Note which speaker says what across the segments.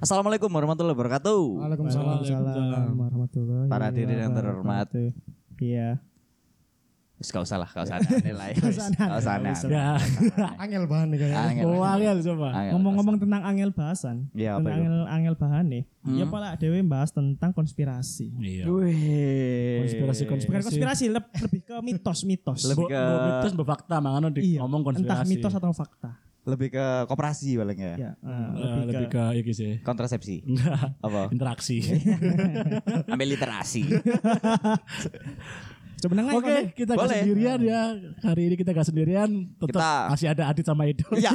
Speaker 1: Assalamualaikum warahmatullahi wabarakatuh.
Speaker 2: Waalaikumsalam.
Speaker 3: Waalaikumsalam warahmatullahi
Speaker 1: Para diri dan terhormat.
Speaker 3: wabarakatuh. Iya.
Speaker 1: Wis gak usah lah, gak usah aneh lah. ya, wis. Gak usah aneh.
Speaker 2: Ya.
Speaker 4: Angel bahan nih kayaknya.
Speaker 1: Angel.
Speaker 2: Oh, Ariel coba.
Speaker 1: Angel.
Speaker 3: Ngomong-ngomong tentang angel bahasan,
Speaker 1: Iya, apa
Speaker 3: tentang
Speaker 1: itu?
Speaker 3: angel, angel bahan nih. Ya pala dewe bahas tentang konspirasi.
Speaker 2: Iya.
Speaker 1: Wih.
Speaker 3: Bukan
Speaker 2: Konspirasi-konspirasi.
Speaker 3: konspirasi, leb- lebih ke mitos-mitos.
Speaker 1: Lebih
Speaker 2: Bo-
Speaker 1: ke-
Speaker 2: bo- mitos berfakta makanya di
Speaker 3: Iya,
Speaker 2: ngomong
Speaker 3: Entah
Speaker 2: konspirasi.
Speaker 3: mitos atau fakta.
Speaker 1: Lebih ke koperasi paling ya.
Speaker 3: Ya, eh,
Speaker 2: Eh,
Speaker 3: lebih,
Speaker 2: lebih
Speaker 3: ke,
Speaker 2: ke iki sih.
Speaker 1: Kontrasepsi.
Speaker 2: Enggak.
Speaker 1: Apa?
Speaker 2: Interaksi.
Speaker 4: Iya.
Speaker 1: Ambil literasi.
Speaker 3: Coba dengar
Speaker 2: Oke, kita gak
Speaker 1: Boleh.
Speaker 2: sendirian ya. Hari ini kita gak sendirian. Tetap
Speaker 1: Kita-
Speaker 2: masih ada Adit sama Edo.
Speaker 1: ya.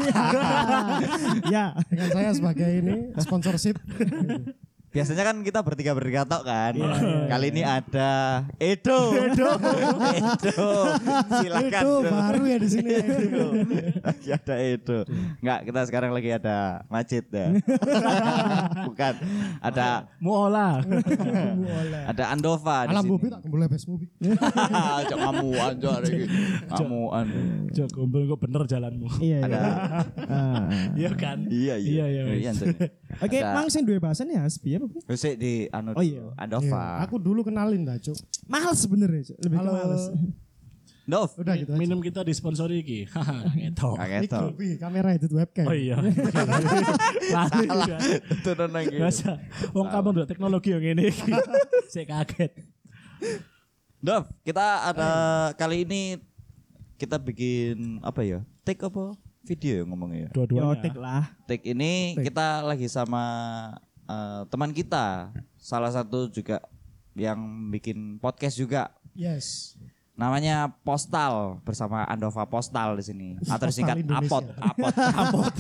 Speaker 3: ya.
Speaker 4: Dengan saya sebagai ini sponsorship.
Speaker 1: Biasanya kan kita bertiga bertiga tok kan. Kali ini ada Edo. Edo. Edo. Silakan.
Speaker 4: Itu
Speaker 1: Bro.
Speaker 4: baru ya di sini.
Speaker 1: Edo. Lagi ada Edo. Enggak, kita sekarang lagi ada Macit ya. Bukan. Ada
Speaker 2: Muola.
Speaker 1: ada Andova di
Speaker 4: Alam
Speaker 1: sini.
Speaker 4: Bobi tak kembali best movie.
Speaker 1: Cok ngamuan cok hari ini. Ngamuan.
Speaker 2: Jok, kumpul kok bener jalanmu.
Speaker 3: Iya, iya.
Speaker 1: Ada
Speaker 3: Ah.
Speaker 2: Iya kan?
Speaker 1: iya iya.
Speaker 2: Iya, iya, wis.
Speaker 1: Iya, Anthony.
Speaker 3: Oke,
Speaker 1: Ada-
Speaker 3: mang sing duwe bahasan ya Hasbi apa? Bu?
Speaker 1: Wis, sik, di anu
Speaker 3: Oh, iya.
Speaker 1: Andova.
Speaker 4: Aku dulu kenalin dah, Cuk.
Speaker 3: Males sebenarnya, Cuk. lebih ke
Speaker 4: Halo.
Speaker 3: males.
Speaker 1: Dov.
Speaker 4: Udah gitu aja.
Speaker 2: Minum kita disponsori iki. Haha, Ngetok.
Speaker 1: Kaget to.
Speaker 4: Itu,
Speaker 3: Iya.
Speaker 4: wih, kamera itu webcam.
Speaker 2: Oh iya. Lali juga.
Speaker 1: Tenan nang iki.
Speaker 2: Biasa. Wong kamu udah teknologi yang ini. Saya kaget.
Speaker 1: Dov, kita ada kali ini kita bikin apa ya? Take apa? Video ya ngomongnya ya.
Speaker 3: Yotek
Speaker 2: Dua-duanya.
Speaker 3: lah.
Speaker 1: Take ini kita lagi sama eh, teman kita. Salah satu juga yang bikin podcast juga
Speaker 4: Yes.
Speaker 1: Namanya Postal bersama Andova Postal di sini. Atau disingkat Apot,
Speaker 4: Postal
Speaker 1: Apot, Apot.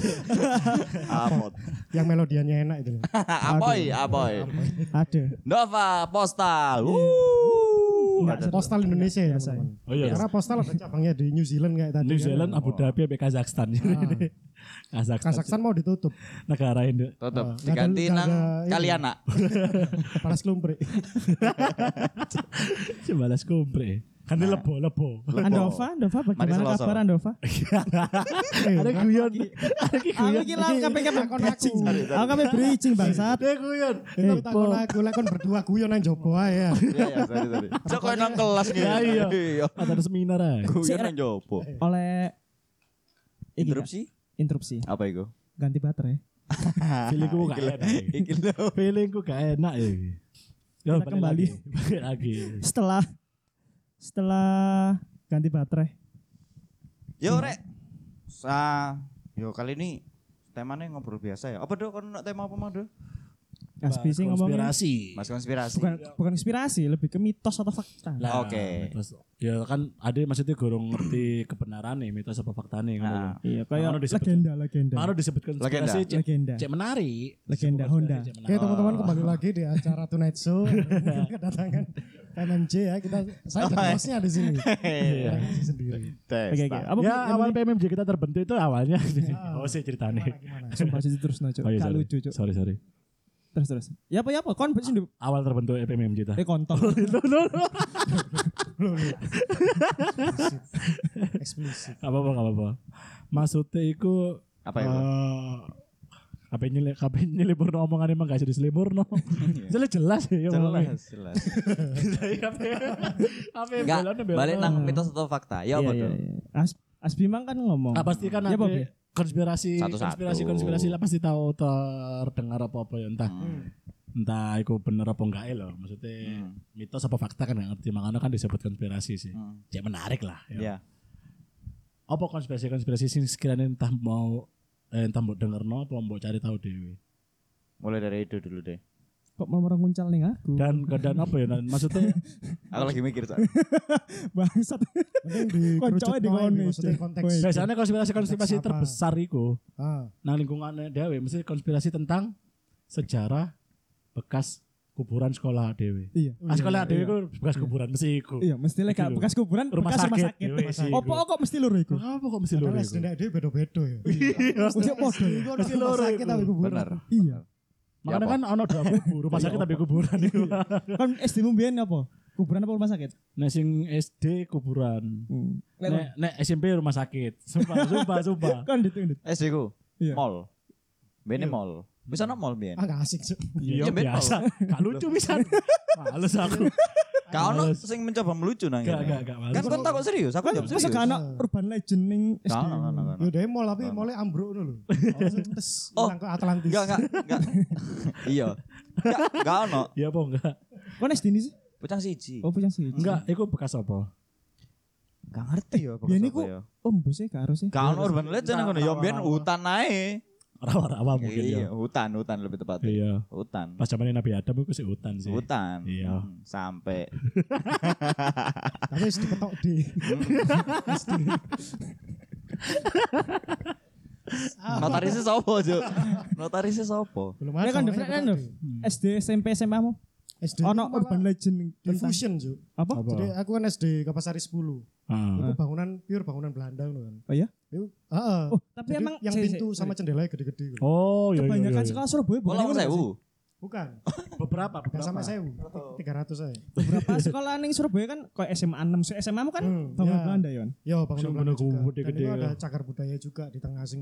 Speaker 1: Apot.
Speaker 4: Yang melodiannya enak itu. loh.
Speaker 1: Apoy, Apoy.
Speaker 3: Ada.
Speaker 1: Andova
Speaker 4: Iya.
Speaker 1: Postal. Wuh.
Speaker 4: Enggak, postal Indonesia ya,
Speaker 3: Biasa.
Speaker 4: teman-teman.
Speaker 2: Oh iya.
Speaker 4: Karena postal ada cabangnya di New Zealand kayak tadi.
Speaker 2: New
Speaker 4: kan.
Speaker 2: Zealand, Abu Dhabi, sampai Kazakhstan. Ah. Kazakhstan.
Speaker 4: Kazakhstan mau ditutup.
Speaker 2: Negara Indo.
Speaker 1: Tutup.
Speaker 4: Oh,
Speaker 1: Diganti
Speaker 4: nggak
Speaker 1: nang
Speaker 4: ada- nggak ada ini.
Speaker 1: Kaliana.
Speaker 4: Paras Lumpri.
Speaker 2: Sebalas kumpre. Kan ini lebo, lebo.
Speaker 3: Andova, Andova bagaimana
Speaker 1: Selasa.
Speaker 3: kabar Andova?
Speaker 2: Iya. Ada guyon. Ada ki
Speaker 3: Aku
Speaker 2: guyon.
Speaker 3: iki lah kabeh kabeh
Speaker 4: Takon
Speaker 3: bridging.
Speaker 4: aku.
Speaker 3: Aku kabeh bridging bangsat.
Speaker 2: Ada guyon.
Speaker 3: Eh,
Speaker 4: Itu takon aku lah kon kan berdua guyon nang jopo ae ya.
Speaker 1: Iya, iya, sorry, sorry. Cok koyo nang kelas gitu.
Speaker 2: Ya iya.
Speaker 1: Iya.
Speaker 2: Ada ada seminar aja.
Speaker 1: Guyon nang jopo.
Speaker 4: Eh, iya.
Speaker 3: Oleh iki, Kak.
Speaker 1: Interupsi?
Speaker 3: Interupsi.
Speaker 1: Apa iku?
Speaker 3: Ganti baterai.
Speaker 2: Feelingku gak
Speaker 1: Iki lho.
Speaker 2: enak. eh.
Speaker 1: Iki lho.
Speaker 2: Feelingku gak enak ya. Ya, balik
Speaker 3: Kita kembali.
Speaker 2: lagi. Balik lagi.
Speaker 3: Setelah setelah ganti baterai.
Speaker 1: Yo rek. Sa, yo kali ini temanya ngobrol biasa ya. Apa dok kon nak tema apa mah dok?
Speaker 3: Aspi sih ngomongnya.
Speaker 2: Konspirasi.
Speaker 1: Mas konspirasi.
Speaker 3: Bukan bukan inspirasi, lebih ke mitos atau fakta.
Speaker 2: Lah,
Speaker 1: Oke.
Speaker 2: mitos. Ya kan ada maksudnya gorong ngerti kebenaran nih mitos apa fakta nih.
Speaker 1: Nah.
Speaker 3: Iya, kayak
Speaker 2: Mana disebut-
Speaker 3: legenda, legenda.
Speaker 2: Mana disebutkan
Speaker 1: Legenda.
Speaker 2: konspirasi cek,
Speaker 3: Legenda.
Speaker 2: cek menarik.
Speaker 3: Legenda
Speaker 2: Disebut
Speaker 3: Honda.
Speaker 2: konspirasi cek
Speaker 4: Oke
Speaker 2: menarik.
Speaker 4: teman-teman kembali lagi di acara Tonight Show kedatangan PMMJ ya kita saya jadi hostnya di sini
Speaker 3: Iya.
Speaker 4: Saya ngisi sendiri
Speaker 3: Oke, oke. Apa
Speaker 2: ya
Speaker 3: yang
Speaker 2: awal
Speaker 3: penting-
Speaker 2: PMMJ kita terbentuk itu awalnya. oh sih ceritanya.
Speaker 3: Sumpah sih terus no, Cuk.
Speaker 2: Oh, iya,
Speaker 3: Gak
Speaker 2: sorry.
Speaker 3: lucu, Cuk.
Speaker 2: Sorry sorry.
Speaker 3: Terus terus. Ya apa ya apa? Kon sing di-
Speaker 2: Awal terbentuk PMMJ kita.
Speaker 3: eh kontol.
Speaker 4: eksplisit
Speaker 2: Gak apa-apa gak apa-apa. Maksudnya itu
Speaker 1: Apa ya, itu?
Speaker 2: apa nyelip apa nyelipur omongan emang gak jadi selipur no jelas jelas ya omongnya.
Speaker 1: Jelas, jelas.
Speaker 2: ya? apa yang
Speaker 1: Enggak,
Speaker 2: belonnya belon.
Speaker 1: balik nang mitos atau fakta. Ya apa
Speaker 3: Iya,
Speaker 1: dok?
Speaker 3: iya, iya. As Asbimang kan ngomong.
Speaker 2: Nah, pasti kan
Speaker 3: Ya,
Speaker 2: ada
Speaker 3: Bob, ya?
Speaker 2: konspirasi,
Speaker 1: Satu-satu.
Speaker 2: konspirasi, konspirasi lah pasti tahu terdengar apa apa ya
Speaker 1: Hmm.
Speaker 2: entah. Entah itu bener apa enggak ya loh. Maksudnya
Speaker 3: Hmm.
Speaker 2: mitos apa fakta kan nggak ngerti makanya kan disebut konspirasi sih.
Speaker 1: Hmm.
Speaker 2: Ya menarik lah. Ya.
Speaker 1: Iya.
Speaker 2: Apa konspirasi-konspirasi sing sekiranya entah mau eh, entah mau denger no, apa mau cari tahu dewi.
Speaker 1: Mulai dari itu dulu deh.
Speaker 3: Kok malah orang nguncal nih aku?
Speaker 2: Dan dan apa ya? Dan, maksudnya
Speaker 1: Aku lagi mikir soalnya.
Speaker 3: Bangsat.
Speaker 4: mending di
Speaker 3: Kocoknya di kono,
Speaker 4: maksudnya
Speaker 3: Cuk.
Speaker 4: konteks Ah, kan
Speaker 3: Woi.
Speaker 2: biasanya konspirasi-konspirasi
Speaker 4: Konteks apa?
Speaker 2: terbesar itu
Speaker 4: ah,
Speaker 2: nah lingkungannya dewi. Maksudnya konspirasi tentang sejarah bekas kuburan sekolah dewi.
Speaker 3: Iya.
Speaker 2: Ah, sekolah dewe ku bekas kuburan mesti iku.
Speaker 3: Iya, mesti lek
Speaker 2: Iku
Speaker 3: gak
Speaker 2: lho.
Speaker 3: bekas kuburan,
Speaker 2: Rumah
Speaker 3: bekas rumah
Speaker 2: sakit.
Speaker 3: sakit.
Speaker 2: Iya, iya, iya.
Speaker 3: Opo kok mesti loro iku?
Speaker 2: Kenapa kok
Speaker 3: Iya,
Speaker 2: mesti loro
Speaker 4: padahal
Speaker 2: iku?
Speaker 4: SD dia beda-beda ya
Speaker 2: Iya,
Speaker 3: Ujuk podo.
Speaker 4: Itu ada rumah
Speaker 2: loro
Speaker 4: sakit
Speaker 2: itu.
Speaker 4: tapi kuburan
Speaker 1: Benar.
Speaker 3: Iya.
Speaker 2: Makanya
Speaker 1: apa?
Speaker 2: kan ono dua kubur, rumah sakit tapi kuburan iku.
Speaker 3: Kan SD mu mbiyen apa? Kuburan apa rumah sakit?
Speaker 2: Nek sing SD kuburan.
Speaker 3: Hmm.
Speaker 2: Nek nek SMP rumah sakit. Sumpah, sumpah, sumpah.
Speaker 3: Kan ditundut.
Speaker 1: SD ku
Speaker 3: Iya.
Speaker 1: mall. Bene mall. Bisa no mall biyen.
Speaker 4: Ah gak asik Cuk.
Speaker 2: Iya
Speaker 1: Nyebet
Speaker 2: biasa. Gak lucu bisa. Males aku.
Speaker 1: Ka ono
Speaker 2: Males.
Speaker 1: sing mencoba melucu nang
Speaker 2: Gak
Speaker 1: kene.
Speaker 2: gak gak males.
Speaker 1: Kan kon takut serius, aku jawab serius.
Speaker 3: Masa gak anak urban legend ning SD.
Speaker 1: Gak ono, gak ono, gak ono.
Speaker 4: Yo dhewe mall tapi mall ambruk ngono lho. Langsung tes
Speaker 1: Oh.
Speaker 4: nang ke Atlantis.
Speaker 1: Enggak, enggak, enggak. Iya. Enggak, enggak ono.
Speaker 2: Iya apa enggak?
Speaker 3: Kon SD ini sih?
Speaker 1: Pucang siji.
Speaker 3: Oh, punya sih.
Speaker 2: Enggak, iku bekas apa?
Speaker 1: Enggak ngerti ya apa
Speaker 3: Biyen
Speaker 1: maksud
Speaker 3: iku-
Speaker 1: apa ya.
Speaker 3: Om buse Oh, gak harus sih.
Speaker 1: Gak ono urban legend ngono. Ya biyen hutan ae.
Speaker 2: Rawa-rawa mungkin
Speaker 1: Iya,
Speaker 2: ya.
Speaker 1: hutan, hutan lebih tepatnya.
Speaker 2: Iya.
Speaker 1: Hutan.
Speaker 2: Pas zaman Nabi Adam iku sih hutan sih.
Speaker 1: Hutan.
Speaker 2: Iya.
Speaker 1: Hmm, Sampai
Speaker 4: Tapi wis diketok di.
Speaker 1: notarisnya sopo, Juk? Notarisnya sopo?
Speaker 4: Belum
Speaker 3: Ini kan different kan, Dev?
Speaker 2: Hmm.
Speaker 3: SD, SMP, SMA mu.
Speaker 4: SD.
Speaker 3: Ono
Speaker 4: malah
Speaker 3: urban legend tentang
Speaker 4: Fusion Cuk.
Speaker 3: apa?
Speaker 2: Apa?
Speaker 4: Jadi aku kan SD Kapasari 10.
Speaker 2: Ah.
Speaker 4: Itu bangunan pure bangunan Belanda ngono kan.
Speaker 3: Oh iya?
Speaker 4: Itu heeh.
Speaker 3: Oh, tapi
Speaker 4: Jadi
Speaker 3: emang
Speaker 4: yang
Speaker 3: sih,
Speaker 4: pintu
Speaker 3: sih,
Speaker 4: sama jendelanya gede-gede. gitu.
Speaker 2: Oh, iya iya, iya.
Speaker 3: kebanyakan
Speaker 2: iya.
Speaker 3: sekolah Surabaya bukan
Speaker 1: Bolong
Speaker 3: ngono
Speaker 1: sewu.
Speaker 3: sih?
Speaker 4: Bukan,
Speaker 3: Oh,
Speaker 2: Beberapa,
Speaker 4: gak
Speaker 2: beberapa.
Speaker 4: sampai 1000. 300 aja.
Speaker 3: Beberapa sekolah ning Surabaya kan kayak SMA 6. So, SMA mu kan
Speaker 4: Hmm,
Speaker 3: bangunan
Speaker 4: iya.
Speaker 3: Belanda ya.
Speaker 4: Yo, bangunan
Speaker 2: Sing
Speaker 4: Belanda
Speaker 2: bener
Speaker 4: juga.
Speaker 2: gede-gede
Speaker 4: Dan itu
Speaker 2: ya.
Speaker 4: ada cagar budaya juga di tengah sing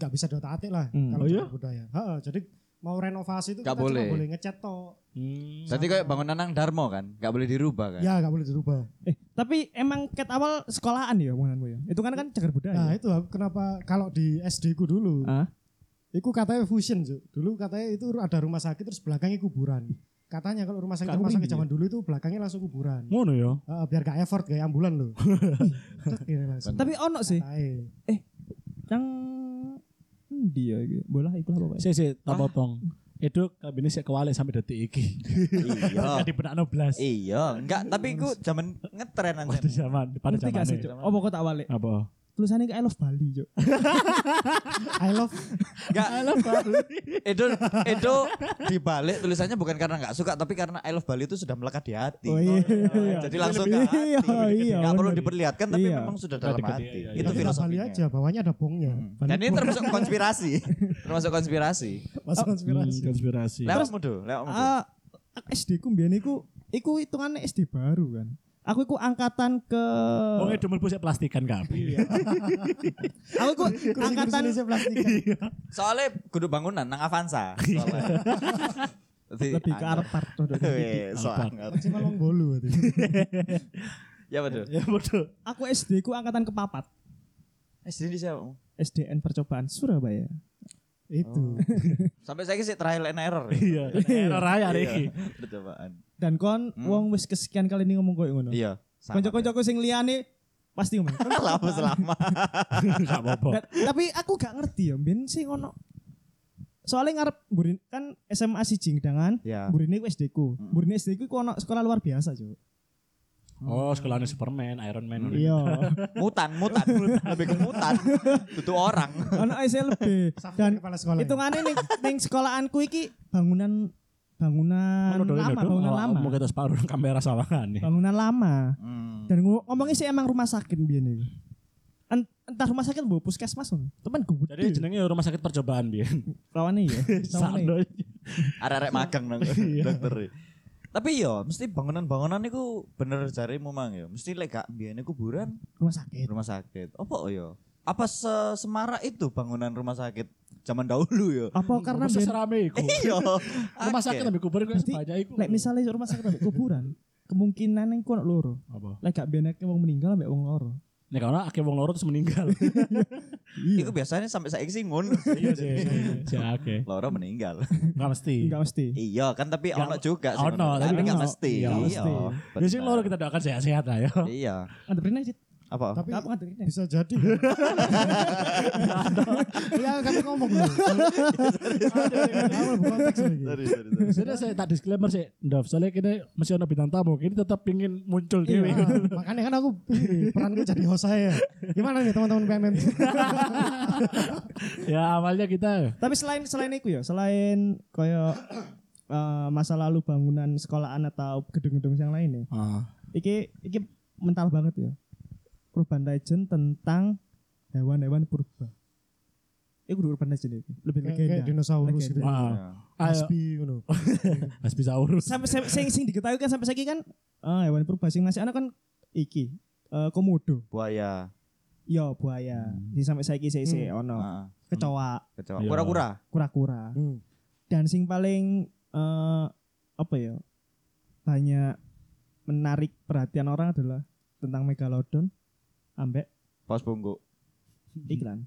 Speaker 4: nggak bisa diotak atik lah
Speaker 3: Hmm.
Speaker 4: kalau
Speaker 2: Oh iya?
Speaker 4: cagar budaya. Heeh, jadi mau renovasi itu
Speaker 1: Nggak
Speaker 4: kita
Speaker 1: boleh.
Speaker 4: cuma boleh ngecat toh.
Speaker 2: Hmm.
Speaker 1: Berarti kayak bangunan nang Darmo kan, gak boleh dirubah kan?
Speaker 4: Ya nggak boleh dirubah.
Speaker 3: Eh, tapi emang ket awal sekolahan ya bangunanmu ya. Itu kan kan cagar
Speaker 4: Nah
Speaker 3: budaya.
Speaker 4: itu aku kenapa kalau di SD ku dulu,
Speaker 3: Ah,
Speaker 4: itu katanya fusion Cuk. Dulu katanya itu ada rumah sakit terus belakangnya kuburan. Katanya kalau rumah sakit
Speaker 2: Nggak
Speaker 4: rumah sakit
Speaker 2: mungkin,
Speaker 4: zaman dulu itu belakangnya langsung kuburan.
Speaker 2: Ngono ya.
Speaker 4: Heeh, biar gak effort kayak ambulan loh. Tek, ini langsung.
Speaker 3: tapi ono sih
Speaker 4: Katanya.
Speaker 3: yang dia gitu. Bola iku lah pokoknya.
Speaker 2: Sih, sih, tak potong. Itu kabinnya sih kewalik sampai detik iki.
Speaker 1: Iya.
Speaker 2: Di benak 16.
Speaker 1: Iya, enggak, tapi ku zaman ngetren
Speaker 2: Waktu
Speaker 1: anjir.
Speaker 2: zaman, pada
Speaker 3: Ngerti
Speaker 2: zaman
Speaker 3: gak sih, Cuk? Apa kok tak balik?
Speaker 2: Apa? Hmm,
Speaker 3: Tulisannya kayak I love Bali, Cuk.
Speaker 4: I love
Speaker 1: Enggak. Edo Edo dibalik tulisannya bukan karena nggak suka tapi karena I love Bali itu sudah melekat di hati. Jadi langsung ke hati.
Speaker 3: Iya, iya.
Speaker 1: Nggak perlu
Speaker 3: bener.
Speaker 1: diperlihatkan tapi
Speaker 3: Iya.
Speaker 1: memang sudah dalam
Speaker 2: Dekat, iya,
Speaker 1: hati.
Speaker 2: iya,
Speaker 1: Itu
Speaker 4: tapi nggak Bali
Speaker 1: filosofinya.
Speaker 4: aja, bawahnya ada bongnya.
Speaker 1: Hmm. Dan ini termasuk konspirasi. termasuk konspirasi.
Speaker 4: Masuk konspirasi.
Speaker 2: Hmm, konspirasi.
Speaker 1: Lewatmu do, lewatmu do.
Speaker 3: Ah, SD ku mbiyen iku iku hitungannya SD baru kan. Aku iku angkatan ke
Speaker 2: Oh, itu mlebu sik plastikan kabeh.
Speaker 3: aku iku angkatan
Speaker 4: Kursi-kursi plastikan.
Speaker 1: Soalnya kudu bangunan nang Avanza. Soalnya. Jadi,
Speaker 3: lebih ke arep part tuh, Dok.
Speaker 1: Weh, so anget.
Speaker 4: Masih malang bolu berarti.
Speaker 1: Ya betul.
Speaker 2: Ya bodoh.
Speaker 3: Aku SD ku angkatan ke papat.
Speaker 1: SD di siapa?
Speaker 3: SDN percobaan Surabaya.
Speaker 4: Itu.
Speaker 1: Sampai saya sih trial and error. ya.
Speaker 2: Iya, error raya
Speaker 1: Iya,
Speaker 2: iki.
Speaker 1: Percobaan.
Speaker 3: Dan kon
Speaker 1: Hmm.
Speaker 3: wong wis kesekian kali ini ngomong koyo ngono.
Speaker 1: Iya. sama.
Speaker 3: Kanca-kancaku sing liyane pasti ngomong.
Speaker 1: Lama selama.
Speaker 2: Enggak apa-apa.
Speaker 3: Dan- tapi aku gak ngerti ya, ben sih ngono. Soalnya ngarep burin kan SMA si Jingdangan,
Speaker 1: Ya.
Speaker 3: burine ku SD ku. Burine SD ku ku ono sekolah luar biasa, Cuk.
Speaker 2: Oh, sekolahnya Superman, Iron Man.
Speaker 3: Iya.
Speaker 1: mutan mutan lebih ke mutan itu orang
Speaker 3: ono SLB dan
Speaker 4: Dan kepala
Speaker 1: ya?
Speaker 4: sekolah.
Speaker 3: hitungane ning ning sekolahanku iki bangunan
Speaker 2: Oh,
Speaker 3: bangunan lama, bangunan
Speaker 1: Oh,
Speaker 3: lama.
Speaker 2: Mau
Speaker 3: Oh,
Speaker 2: kita separuh kamera sawangan nih.
Speaker 3: Bangunan lama.
Speaker 1: hmm.
Speaker 3: Dan ngo- ngomongnya sih emang rumah sakit biyen iku. En- Entah rumah sakit bu puskesmas ngono. temen gue
Speaker 2: Jadi jenenge rumah sakit percobaan biar.
Speaker 3: lawannya ya. lawannya.
Speaker 2: Sardo.
Speaker 1: arek-arek magang nang dokter e. tapi yo mesti bangunan-bangunan niku bener jarimu mang yo mesti lek gak mbiyene kuburan
Speaker 3: rumah sakit.
Speaker 1: rumah sakit opo yo apa se semarak itu bangunan rumah sakit zaman dahulu iya? yo
Speaker 3: Apa Oh, karena
Speaker 2: Masa
Speaker 3: biyen-
Speaker 2: serame iku.
Speaker 1: iya
Speaker 2: Rumah sakit
Speaker 1: Akeh.
Speaker 2: tapi kubur kok
Speaker 3: Berarti,
Speaker 2: sebanyak iku.
Speaker 3: Lek misalnya rumah sakit ambek kuburan, kemungkinan yang kono loro.
Speaker 2: apa?
Speaker 3: Lek gak benek wong meninggal ambek wong loro.
Speaker 2: Nek ana akeh wong loro terus meninggal.
Speaker 1: iku biasanya sampai saiki Iya. sih ngono
Speaker 2: Iya sih. Sih akeh.
Speaker 1: Loro meninggal.
Speaker 2: Enggak mesti.
Speaker 3: Enggak mesti.
Speaker 1: iya kan tapi
Speaker 2: Nggak-
Speaker 1: ono juga sih.
Speaker 2: ono,
Speaker 1: ngono.
Speaker 2: tapi
Speaker 1: tapi nggak
Speaker 2: ono.
Speaker 1: mesti.
Speaker 2: Iya,
Speaker 3: mesti.
Speaker 2: Ya sih
Speaker 1: bener.
Speaker 2: loro kita doakan sehat-sehat lah ya.
Speaker 1: Iya.
Speaker 3: Ngadepin aja.
Speaker 1: Apa?
Speaker 4: Tapi
Speaker 3: Apa ngadepin?
Speaker 4: bisa jadi. Iya, kami ngomong dulu. Kamu lebih konteks lagi.
Speaker 1: Sorry, sorry, sorry.
Speaker 2: Sebenarnya saya tak disclaimer sih, Dov. Soalnya kini masih ada bintang tamu, kini tetap pingin muncul
Speaker 4: Iya,
Speaker 2: dewe.
Speaker 4: makanya kan aku ini, peranku jadi host saya. Gimana nih teman-teman PMM?
Speaker 2: ya awalnya kita
Speaker 3: Tapi selain selain itu ya, selain koyo eh, masa lalu bangunan sekolahan atau gedung-gedung yang lain ya. Iki iki mental banget ya. Urban legend tentang hewan-hewan purba. Iku kudu urban legend ya, iki. Lebih
Speaker 4: Kayak-
Speaker 3: legenda.
Speaker 4: Kayak dinosaurus gitu.
Speaker 3: Legenda.
Speaker 2: Ah.
Speaker 1: Iya.
Speaker 2: ayo
Speaker 4: Aspi gitu.
Speaker 2: Mas bisa urus.
Speaker 3: Sampai sampai- sing sing diketahui kan sampai saiki kan eh, hewan purba sing masih ana kan iki eh, komodo. Iya,
Speaker 1: Buaya.
Speaker 3: Yo
Speaker 4: Hmm.
Speaker 3: buaya. Sing sampai saiki sih sih ono.
Speaker 1: Heeh.
Speaker 3: Kecoa,
Speaker 1: Kecoa.
Speaker 2: Iya.
Speaker 1: Kura-kura.
Speaker 3: kura-kura. dan sing paling eh, apa ya banyak menarik perhatian orang adalah tentang megalodon ambek
Speaker 1: Pos bungku.
Speaker 2: Mhm.
Speaker 3: iklan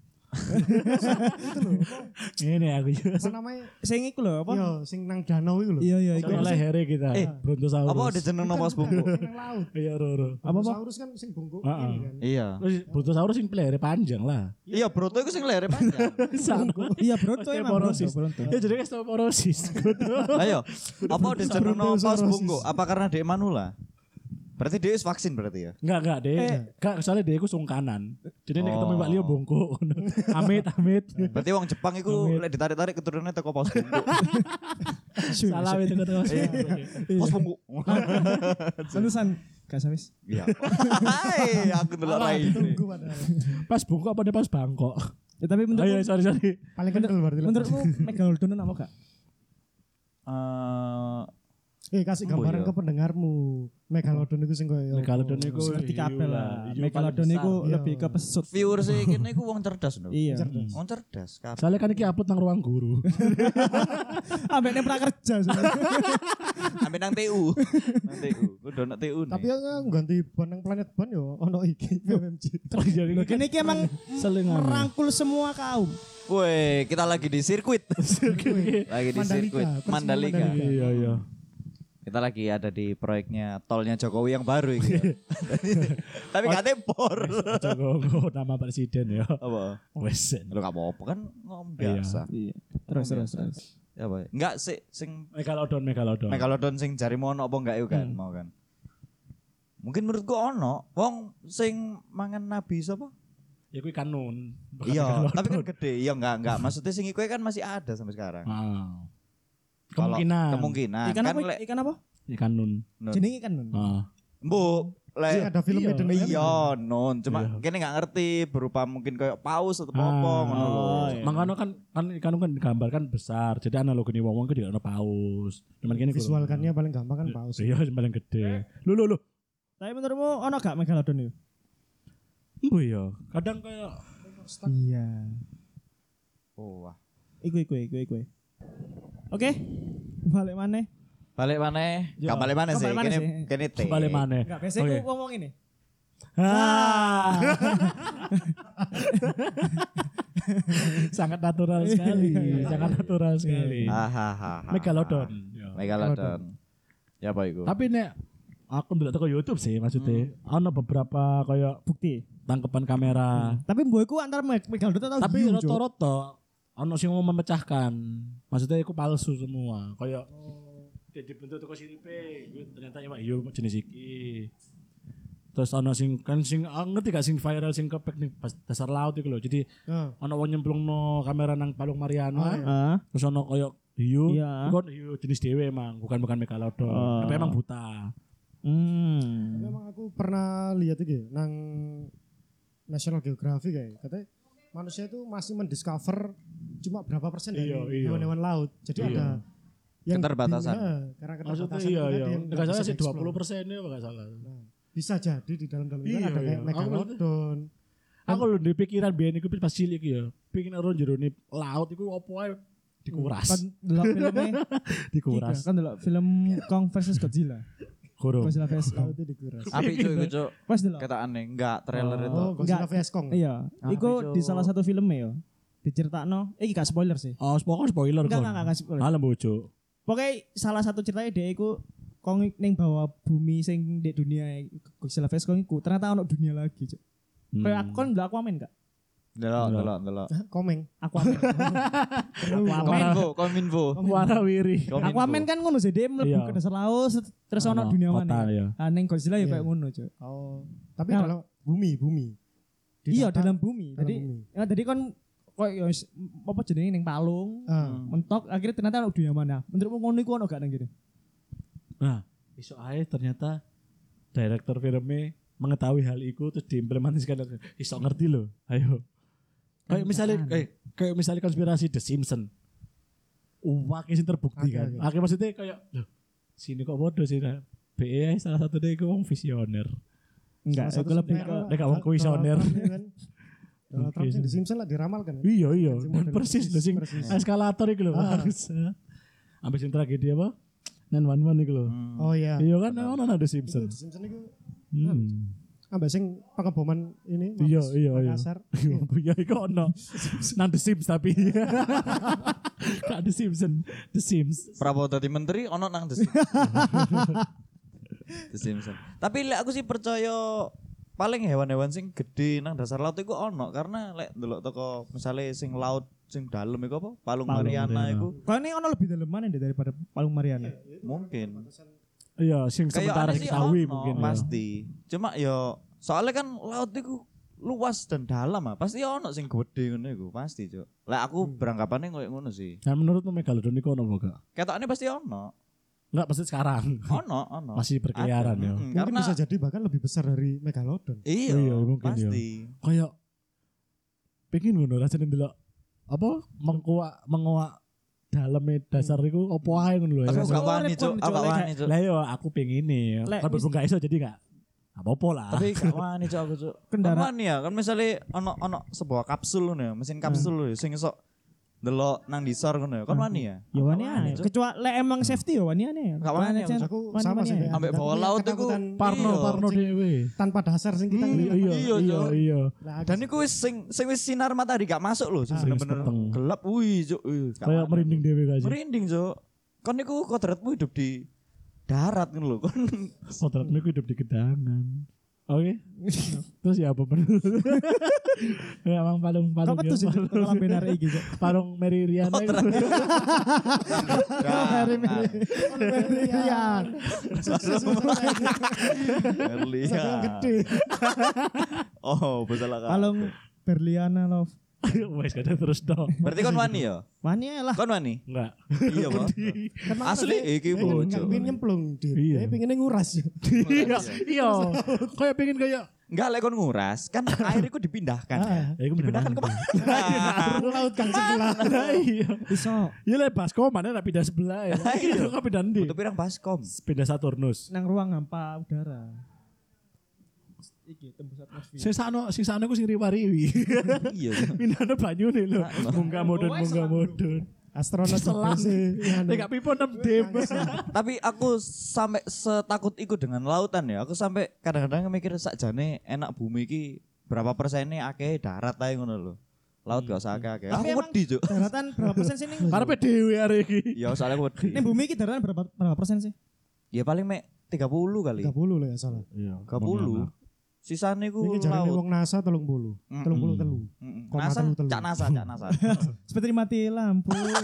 Speaker 2: Ini aku juga.
Speaker 4: Apa namanya?
Speaker 3: sing iku lho apa
Speaker 4: Yo, sing nang danau itu loh.
Speaker 3: iya iya iku
Speaker 2: Iya, Oleh ya. Harry kita.
Speaker 1: Eh,
Speaker 2: Brontosaurus.
Speaker 1: Apa ada jeneng pos bungku?
Speaker 4: Nang laut.
Speaker 2: Iya, Roro.
Speaker 3: apa apa
Speaker 4: Saurus kan sing bungkuk
Speaker 2: Ah,
Speaker 4: ini
Speaker 2: ah.
Speaker 4: kan.
Speaker 1: Iya.
Speaker 2: Terus Brontosaurus sing pelihara panjang lah.
Speaker 1: Iya, Broto itu sing lere panjang.
Speaker 2: Sanggup.
Speaker 3: iya bronto emang Iya, bronto
Speaker 2: Osteoporosis.
Speaker 3: bronto
Speaker 2: Ya jadi kayak osteoporosis.
Speaker 1: Ayo. Apa udah cerono pos bungku? Apa karena dia manula? Berarti dia wis vaksin berarti ya?
Speaker 2: Enggak, enggak deh. Enggak, soalnya dia itu sungkanan. Jadi nek ketemu
Speaker 1: Oh.
Speaker 2: Pak Leo bongkok. amit, amit.
Speaker 3: Iya.
Speaker 1: Berarti wong Jepang itu lek ditarik-tarik keturunannya teko pos bungku.
Speaker 2: Salah itu ketemu.
Speaker 1: Eh.
Speaker 4: Iya.
Speaker 1: Pos bungku.
Speaker 3: lulusan gak sawis
Speaker 1: Iya. Hai, aku delok
Speaker 4: Alah,
Speaker 1: rai.
Speaker 4: ditunggu padahal.
Speaker 2: Pas bongkok apa dia pas bangkok?
Speaker 3: ya tapi
Speaker 2: Oh iya,
Speaker 1: kan-
Speaker 3: menurutmu
Speaker 2: sorry, sorry.
Speaker 4: Paling kental berarti. lah.
Speaker 3: menurutmu megalodon apa gak
Speaker 1: Eh,
Speaker 4: Eh kasih
Speaker 1: Oh,
Speaker 4: gambaran
Speaker 1: iya.
Speaker 4: ke pendengarmu. Megalodon itu sing koyo.
Speaker 2: Megalodon itu
Speaker 3: ngerti
Speaker 2: hiu
Speaker 3: kabeh lah
Speaker 2: hiu paling
Speaker 3: megalodon
Speaker 2: besar.
Speaker 3: iku
Speaker 4: Iya.
Speaker 3: lebih ke pesut
Speaker 1: viewer sih kene iku wong cerdas lho.
Speaker 3: iya
Speaker 4: Cerdas.
Speaker 1: Wong cerdas kabeh.
Speaker 2: Soalnya kan ini upload nang ruang guru.
Speaker 3: ambek nek pra kerja soalnya.
Speaker 1: Ambe nang TU. Nang TU. Kudu nang TU. nih.
Speaker 4: Tapi ya ganti ban nang planet ban yo ono iki BMG.
Speaker 2: Oh, jadi
Speaker 3: Loh, kene iki emang
Speaker 2: Iya. selingan.
Speaker 3: merangkul semua kaum
Speaker 1: Woi, kita lagi di sirkuit. lagi di
Speaker 4: Mandalika,
Speaker 1: sirkuit
Speaker 4: Persib
Speaker 1: Mandalika.
Speaker 4: Mandalika.
Speaker 2: Iya, iya.
Speaker 1: Kita lagi ada di proyeknya tolnya Jokowi yang baru ini. ya. Tapi gak tempor.
Speaker 2: Jokowi nama presiden ya.
Speaker 1: Apa?
Speaker 2: Wesen.
Speaker 1: Lu gak apa-apa kan ngomong
Speaker 2: Iya.
Speaker 1: biasa.
Speaker 3: iya terus terus terus
Speaker 1: Ya apa? Enggak sih sing
Speaker 2: Megalodon, megalodon.
Speaker 1: megalodon sing jarimu ono apa enggak yo
Speaker 2: Hmm.
Speaker 1: kan mau kan. Mungkin menurutku ono wong sing mangan nabi sapa?
Speaker 2: Ya kuwi kanun. bukan
Speaker 1: Iya,
Speaker 2: megalodon.
Speaker 1: tapi kan gede. Iya enggak enggak. Maksudnya sing iku kan masih ada sampai sekarang.
Speaker 2: Ah.
Speaker 1: Kalau-
Speaker 2: Kemungkinan. Ya,
Speaker 1: Kemungkinan.
Speaker 3: ikan
Speaker 1: kan
Speaker 3: apa
Speaker 1: lek
Speaker 3: ikan apa
Speaker 2: Ikan nun.
Speaker 1: Nun.
Speaker 3: jenenge ikan nun
Speaker 2: Ah.
Speaker 1: mbok lek
Speaker 4: Sing ada film
Speaker 2: Iya.
Speaker 4: Eden Ring.
Speaker 1: Iya, non. Cuma
Speaker 2: Iya. Ah,
Speaker 1: kene nggak ngerti berupa mungkin kayak paus atau apa ngono lho.
Speaker 3: iya.
Speaker 2: Makanya kan kan ikan kan digambarkan besar. Jadi analogi nih wong-wong itu ada paus. Cuman gini
Speaker 4: Visualkannya paling gampang kan paus.
Speaker 2: Iya, yang paling gede. Lu lu lu.
Speaker 3: tapi menurutmu ono gak megalodon itu
Speaker 2: Embo ya. Kadang kayak
Speaker 3: iya
Speaker 1: Oh, wah.
Speaker 3: iku iku iku iku oke balik mana
Speaker 1: Balik mana?
Speaker 2: Iya.
Speaker 1: Gak balik mana
Speaker 3: Gak
Speaker 1: sih?
Speaker 3: balik mana
Speaker 1: Kene
Speaker 3: sih?
Speaker 1: kene te.
Speaker 2: balik mana?
Speaker 3: Enggak, biasanya
Speaker 2: Oke.
Speaker 3: aku ngomong ini.
Speaker 2: Ah. Sangat natural
Speaker 4: Iya,
Speaker 2: sekali, sangat natural sekali. Ah.
Speaker 1: Hahaha.
Speaker 2: Megalodon.
Speaker 4: Iya.
Speaker 1: Megalodon. Ya apa iku?
Speaker 2: Tapi nek aku ndelok teko YouTube sih maksudnya.
Speaker 4: Hmm.
Speaker 2: Ana beberapa kayak
Speaker 3: Bukti.
Speaker 2: tangkapan kamera.
Speaker 3: Tapi mbokku antar meg- megalodon atau
Speaker 2: Tapi
Speaker 3: hiu, Cuk.
Speaker 2: rata-rata ana sing mau memecahkan. Maksudnya iku palsu semua. Kayak jadi bentuk Oh, toko siripe, iku ternyata ya yo jenis iki. Terus ana sing kan sing ah, ngerti gak sing viral sing kepek nih pas dasar laut iku lho. Jadi
Speaker 4: Nah,
Speaker 2: ana wong nyemplungno kamera nang Palung Mariana.
Speaker 3: Hah?
Speaker 2: Terus ana koyo hiu,
Speaker 3: Oh, Iya.
Speaker 2: iku kan hiu jenis dewe emang, bukan bukan megalodon.
Speaker 3: Oh.
Speaker 2: Tapi emang buta.
Speaker 3: Hmm.
Speaker 4: memang aku pernah lihat iki nang National Geographic kayak katanya manusia itu masih mendiscover cuma berapa persen dari
Speaker 2: Iya, iya.
Speaker 4: hewan-hewan laut. Jadi
Speaker 2: Iya.
Speaker 4: ada
Speaker 1: Keterbatasan.
Speaker 4: di- nah, karena keterbatasan
Speaker 2: Maksudnya iya
Speaker 4: karena
Speaker 2: iya.
Speaker 4: dia nggak
Speaker 2: Enggak salah
Speaker 4: bisa
Speaker 2: sih
Speaker 4: di-explore.
Speaker 2: 20 persennya enggak salah.
Speaker 4: Nah, bisa jadi di dalam-dalam itu kan
Speaker 2: Iya,
Speaker 4: ada kayak
Speaker 2: iya. Aku
Speaker 4: megalodon.
Speaker 2: Aku lho di pikiran biyen iku pas cilik ya, pengin ora jero ni laut iku opo ae
Speaker 3: Kan
Speaker 2: dikuras,
Speaker 3: delok filmnya
Speaker 2: dikuras.
Speaker 3: kan delok film Kong versus Godzilla.
Speaker 2: Goro.
Speaker 3: Godzilla vs Kong.
Speaker 4: Laut itu dikuras.
Speaker 1: Api cuy, iku cuy.
Speaker 3: Pas delok.
Speaker 1: Kata aneh, enggak trailer itu.
Speaker 4: Oh, Godzilla
Speaker 3: Enggak.
Speaker 4: vs Kong.
Speaker 3: Iya, iku di salah satu filmnya ya. Diceritakno, iki gak spoiler sih.
Speaker 2: Oh, spoiler spoiler kon.
Speaker 3: Enggak, enggak, enggak, enggak spoiler.
Speaker 2: Alam bojo.
Speaker 3: Pokoknya salah satu ceritanya dia iku Kong ning bawah bumi sing di dunia Godzilla vs Kong iku ternyata ono dunia lagi, Cuk.
Speaker 2: Hmm.
Speaker 3: Kayak aku kan delok Aquaman gak?
Speaker 1: Delok, delok, delok.
Speaker 4: Hah, Komeng.
Speaker 3: Aquaman. Aquaman.
Speaker 1: Kominfo, kominfo.
Speaker 2: warawiri.
Speaker 1: Kominfo.
Speaker 3: Aquaman kan ngono sih, dia mlebu
Speaker 2: Iya.
Speaker 3: ke dasar laut terus ono
Speaker 2: Ono
Speaker 3: dunia
Speaker 2: kota, iya.
Speaker 3: mana. Ah ning Godzilla ya kayak ngono, Cuk.
Speaker 4: Oh, tapi
Speaker 3: Nah.
Speaker 4: dalam bumi, bumi. Di
Speaker 3: Iya,
Speaker 4: datar-
Speaker 3: dalam bumi.
Speaker 4: dalam
Speaker 3: Jadi
Speaker 4: bumi.
Speaker 3: ya tadi kan koyo ya wis, m- apa jenenge ning palung,
Speaker 4: Ah,
Speaker 3: mentok akhirnya ternyata ono dunia mana. Menurutmu ngono iku ono gak nang kene?
Speaker 2: Nah, besok ae ternyata direktur filmnya mengetahui hal itu terus diimplementasikan. Iso ngerti loh. Ayo. Kayak
Speaker 4: Kan
Speaker 2: misalnya kayak, kayak misalnya konspirasi The Simpsons. Uwak sih terbukti
Speaker 4: Oke,
Speaker 2: kan.
Speaker 4: oke.
Speaker 2: Akhirnya maksudnya kayak loh, sini kok bodoh sih. Nah. BE salah satu dia wong visioner.
Speaker 3: Enggak,
Speaker 4: salah
Speaker 3: aku
Speaker 4: satu
Speaker 3: lebih ke
Speaker 4: sumber-
Speaker 2: Nek gak wong kuisoner.
Speaker 4: Donald Trump-nya kan. Donald Trump
Speaker 2: Oke.
Speaker 4: di Simpson lah diramalkan. ya.
Speaker 2: Iya iya.
Speaker 4: Sing
Speaker 2: Dan
Speaker 4: model
Speaker 2: persis loh sing
Speaker 4: Kan persis.
Speaker 2: eskalator itu loh.
Speaker 4: Ah.
Speaker 2: Harus. Ambil sing tragedi apa? Nen one one iku lho.
Speaker 4: Oh iya.
Speaker 2: Iya kan ono ada
Speaker 4: Itu
Speaker 2: Simpson.
Speaker 4: The Simpsons itu
Speaker 2: Hmm.
Speaker 4: ambek sing pengeboman ini.
Speaker 2: Iya,
Speaker 4: Mabes
Speaker 2: iya, iya.
Speaker 4: Makassar.
Speaker 2: Iya, iya, iku ono. Nang The Sims tapi. Kak The Simpson, The Sims.
Speaker 1: Prabowo tadi menteri ono nang The Sim- The Simpson. Tapi lek aku sih percaya paling hewan-hewan sing gede nang dasar laut iku ono karena lek ndelok toko misalnya sing laut sing dalam iku apa? Palung, Mariana iku
Speaker 3: Kau ini ono lebih dalam mana deh daripada Palung Mariana?
Speaker 1: mungkin.
Speaker 2: Iya, sing
Speaker 1: Kayak
Speaker 2: sementara
Speaker 1: aneh
Speaker 2: sing
Speaker 1: sih
Speaker 2: sawi
Speaker 1: ono,
Speaker 2: mungkin. ya.
Speaker 1: Pasti. Cuma yo soalnya kan laut iku luas dan dalam ah. Pasti ono sing gede ngono iku, pasti, Cuk. Lek aku
Speaker 2: Hmm.
Speaker 1: beranggapannya koyo ngono sih.
Speaker 2: Dan Nah, menurutmu Megalodon iku ono apa gak?
Speaker 1: Ketokane pasti ono.
Speaker 2: Enggak, pasti sekarang.
Speaker 1: Ono, ono.
Speaker 2: Masih berkeliaran
Speaker 1: Oh, Ada,
Speaker 2: ya.
Speaker 1: mm,
Speaker 4: Mungkin
Speaker 1: Karena
Speaker 4: bisa jadi bahkan lebih besar dari Megalodon.
Speaker 1: Iya,
Speaker 2: Iya, mungkin ya.
Speaker 1: pasti.
Speaker 2: Kayak pengen ngono rasane ndelok apa mengkuak menguak daleme dasar iku opo ae ngono lho.
Speaker 1: Mm. Aku
Speaker 2: ya.
Speaker 1: gak
Speaker 3: Rasanya
Speaker 1: wani,
Speaker 3: urip
Speaker 1: Cuk.
Speaker 3: kon,
Speaker 1: Aku
Speaker 3: Cuk,
Speaker 1: gak
Speaker 3: lek
Speaker 1: wani, Cuk.
Speaker 2: Lah yo aku pengen nih.
Speaker 3: Lek,
Speaker 2: Kan berhubung gak iso jadi gak apa-apa lah.
Speaker 1: Tapi gak wani, Cuk, aku, Cuk.
Speaker 3: Kendara-
Speaker 1: Gak wani ya, kan misalnya ono ono sebuah kapsul ngono ya, mesin kapsul ngono ya,
Speaker 2: Hmm.
Speaker 1: sing iso ndelok nang disor ngono ya. Kan wani ya?
Speaker 3: Ya wani
Speaker 1: Gak
Speaker 3: aneh.
Speaker 1: Cuk.
Speaker 3: Kecuali le emang safety ya wani aneh.
Speaker 1: Gak wani,
Speaker 3: Wani, Cuk.
Speaker 4: Iya. Aku
Speaker 3: Wani,
Speaker 4: sama
Speaker 3: wani
Speaker 4: sih
Speaker 3: aneh.
Speaker 4: kayak
Speaker 1: Ambek
Speaker 4: aku
Speaker 1: bawa
Speaker 4: punya
Speaker 1: laut iku
Speaker 4: ketakutan
Speaker 2: Parno
Speaker 1: Iya.
Speaker 2: parno dhewe.
Speaker 4: tanpa dasar sing kita
Speaker 2: Iya iya
Speaker 1: Iya,
Speaker 2: iya
Speaker 1: Cuk.
Speaker 2: iya.
Speaker 4: Lah,
Speaker 1: Dan iku wis sing sing wis sinar matahari gak masuk lho, sing
Speaker 2: Ah,
Speaker 1: bener-bener
Speaker 2: wis peteng.
Speaker 1: gelap. Wih, Cuk. wih, gak
Speaker 2: Kayak
Speaker 1: wani.
Speaker 2: merinding dhewe gak sih?
Speaker 1: Merinding, Cuk. Kon niku kodratmu hidup di darat ngono lho. Kon
Speaker 2: Potretmu iku hidup di gedangan. Oke. Terus ya apa bener? Ya emang palung
Speaker 3: Kau
Speaker 2: palung.
Speaker 3: betul sih Oh,
Speaker 2: palung-
Speaker 3: kalau benar iki. Cuk.
Speaker 2: Palung Mary Riana itu.
Speaker 1: Darat.
Speaker 3: Iya.
Speaker 1: Berlian.
Speaker 4: gede.
Speaker 1: Oh, salah kan.
Speaker 3: Palung Berliana love.
Speaker 2: Wes kadang terus dong.
Speaker 1: Berarti kon wani ya?
Speaker 3: Wani ae lah.
Speaker 1: Kon wani?
Speaker 2: Enggak.
Speaker 1: Iya, Pak. Asli iki bojo.
Speaker 4: Pengen nyemplung di.
Speaker 2: Iya.
Speaker 4: Iya. Pengen nguras.
Speaker 2: Iya, iya. Kayak pengen kayak
Speaker 1: Enggak lek kon nguras, kan air iku dipindahkan.
Speaker 2: Ya, iku
Speaker 1: dipindahkan
Speaker 2: beneran.
Speaker 1: ke mana?
Speaker 4: Laut kang
Speaker 2: Lah,
Speaker 4: sebelah.
Speaker 2: kan Iya.
Speaker 3: Iso
Speaker 2: Iya lah baskom mana nak pindah sebelah ya.
Speaker 1: Iya.
Speaker 2: Iya, kok pindah ndi?
Speaker 1: Untuk pirang baskom.
Speaker 2: Pindah Saturnus.
Speaker 3: nang ruang hampa udara. Iki tembus atmosfer.
Speaker 2: Sing sakno sing sakno ku sing riwariwi.
Speaker 1: Iya.
Speaker 2: Pindahne banyune lho. Munggah modun munggah modun.
Speaker 4: Astronot
Speaker 2: Selam.
Speaker 4: sih. Iya,
Speaker 2: Nek gak pipo 6 dem.
Speaker 1: Tapi aku sampai setakut iku dengan lautan ya. Aku sampai kadang-kadang mikir sakjane enak bumi iki berapa persennya akeh darat ae ngono lho. Laut gak usah akeh-akeh. Aku
Speaker 3: Tapi emang-
Speaker 1: wedi, Cuk.
Speaker 3: Daratan berapa persen sih ning?
Speaker 2: Karepe dhewe arek iki.
Speaker 1: Ya soalnya aku
Speaker 3: Ning
Speaker 1: wedi.
Speaker 3: bumi iki daratan berapa berapa persen sih?
Speaker 1: Ya paling mek 30 kali.
Speaker 4: 30 lah ya salah.
Speaker 2: Iya.
Speaker 1: 30. Sisane iku
Speaker 4: Ini jarane
Speaker 1: laut.
Speaker 4: wong NASA 30.
Speaker 2: Hmm.
Speaker 4: 33 telu.
Speaker 1: Mm-mm.
Speaker 4: Koma
Speaker 1: NASA,
Speaker 4: telu, telu.
Speaker 1: cak NASA, cak NASA.
Speaker 3: Seperti mati lampu. ya.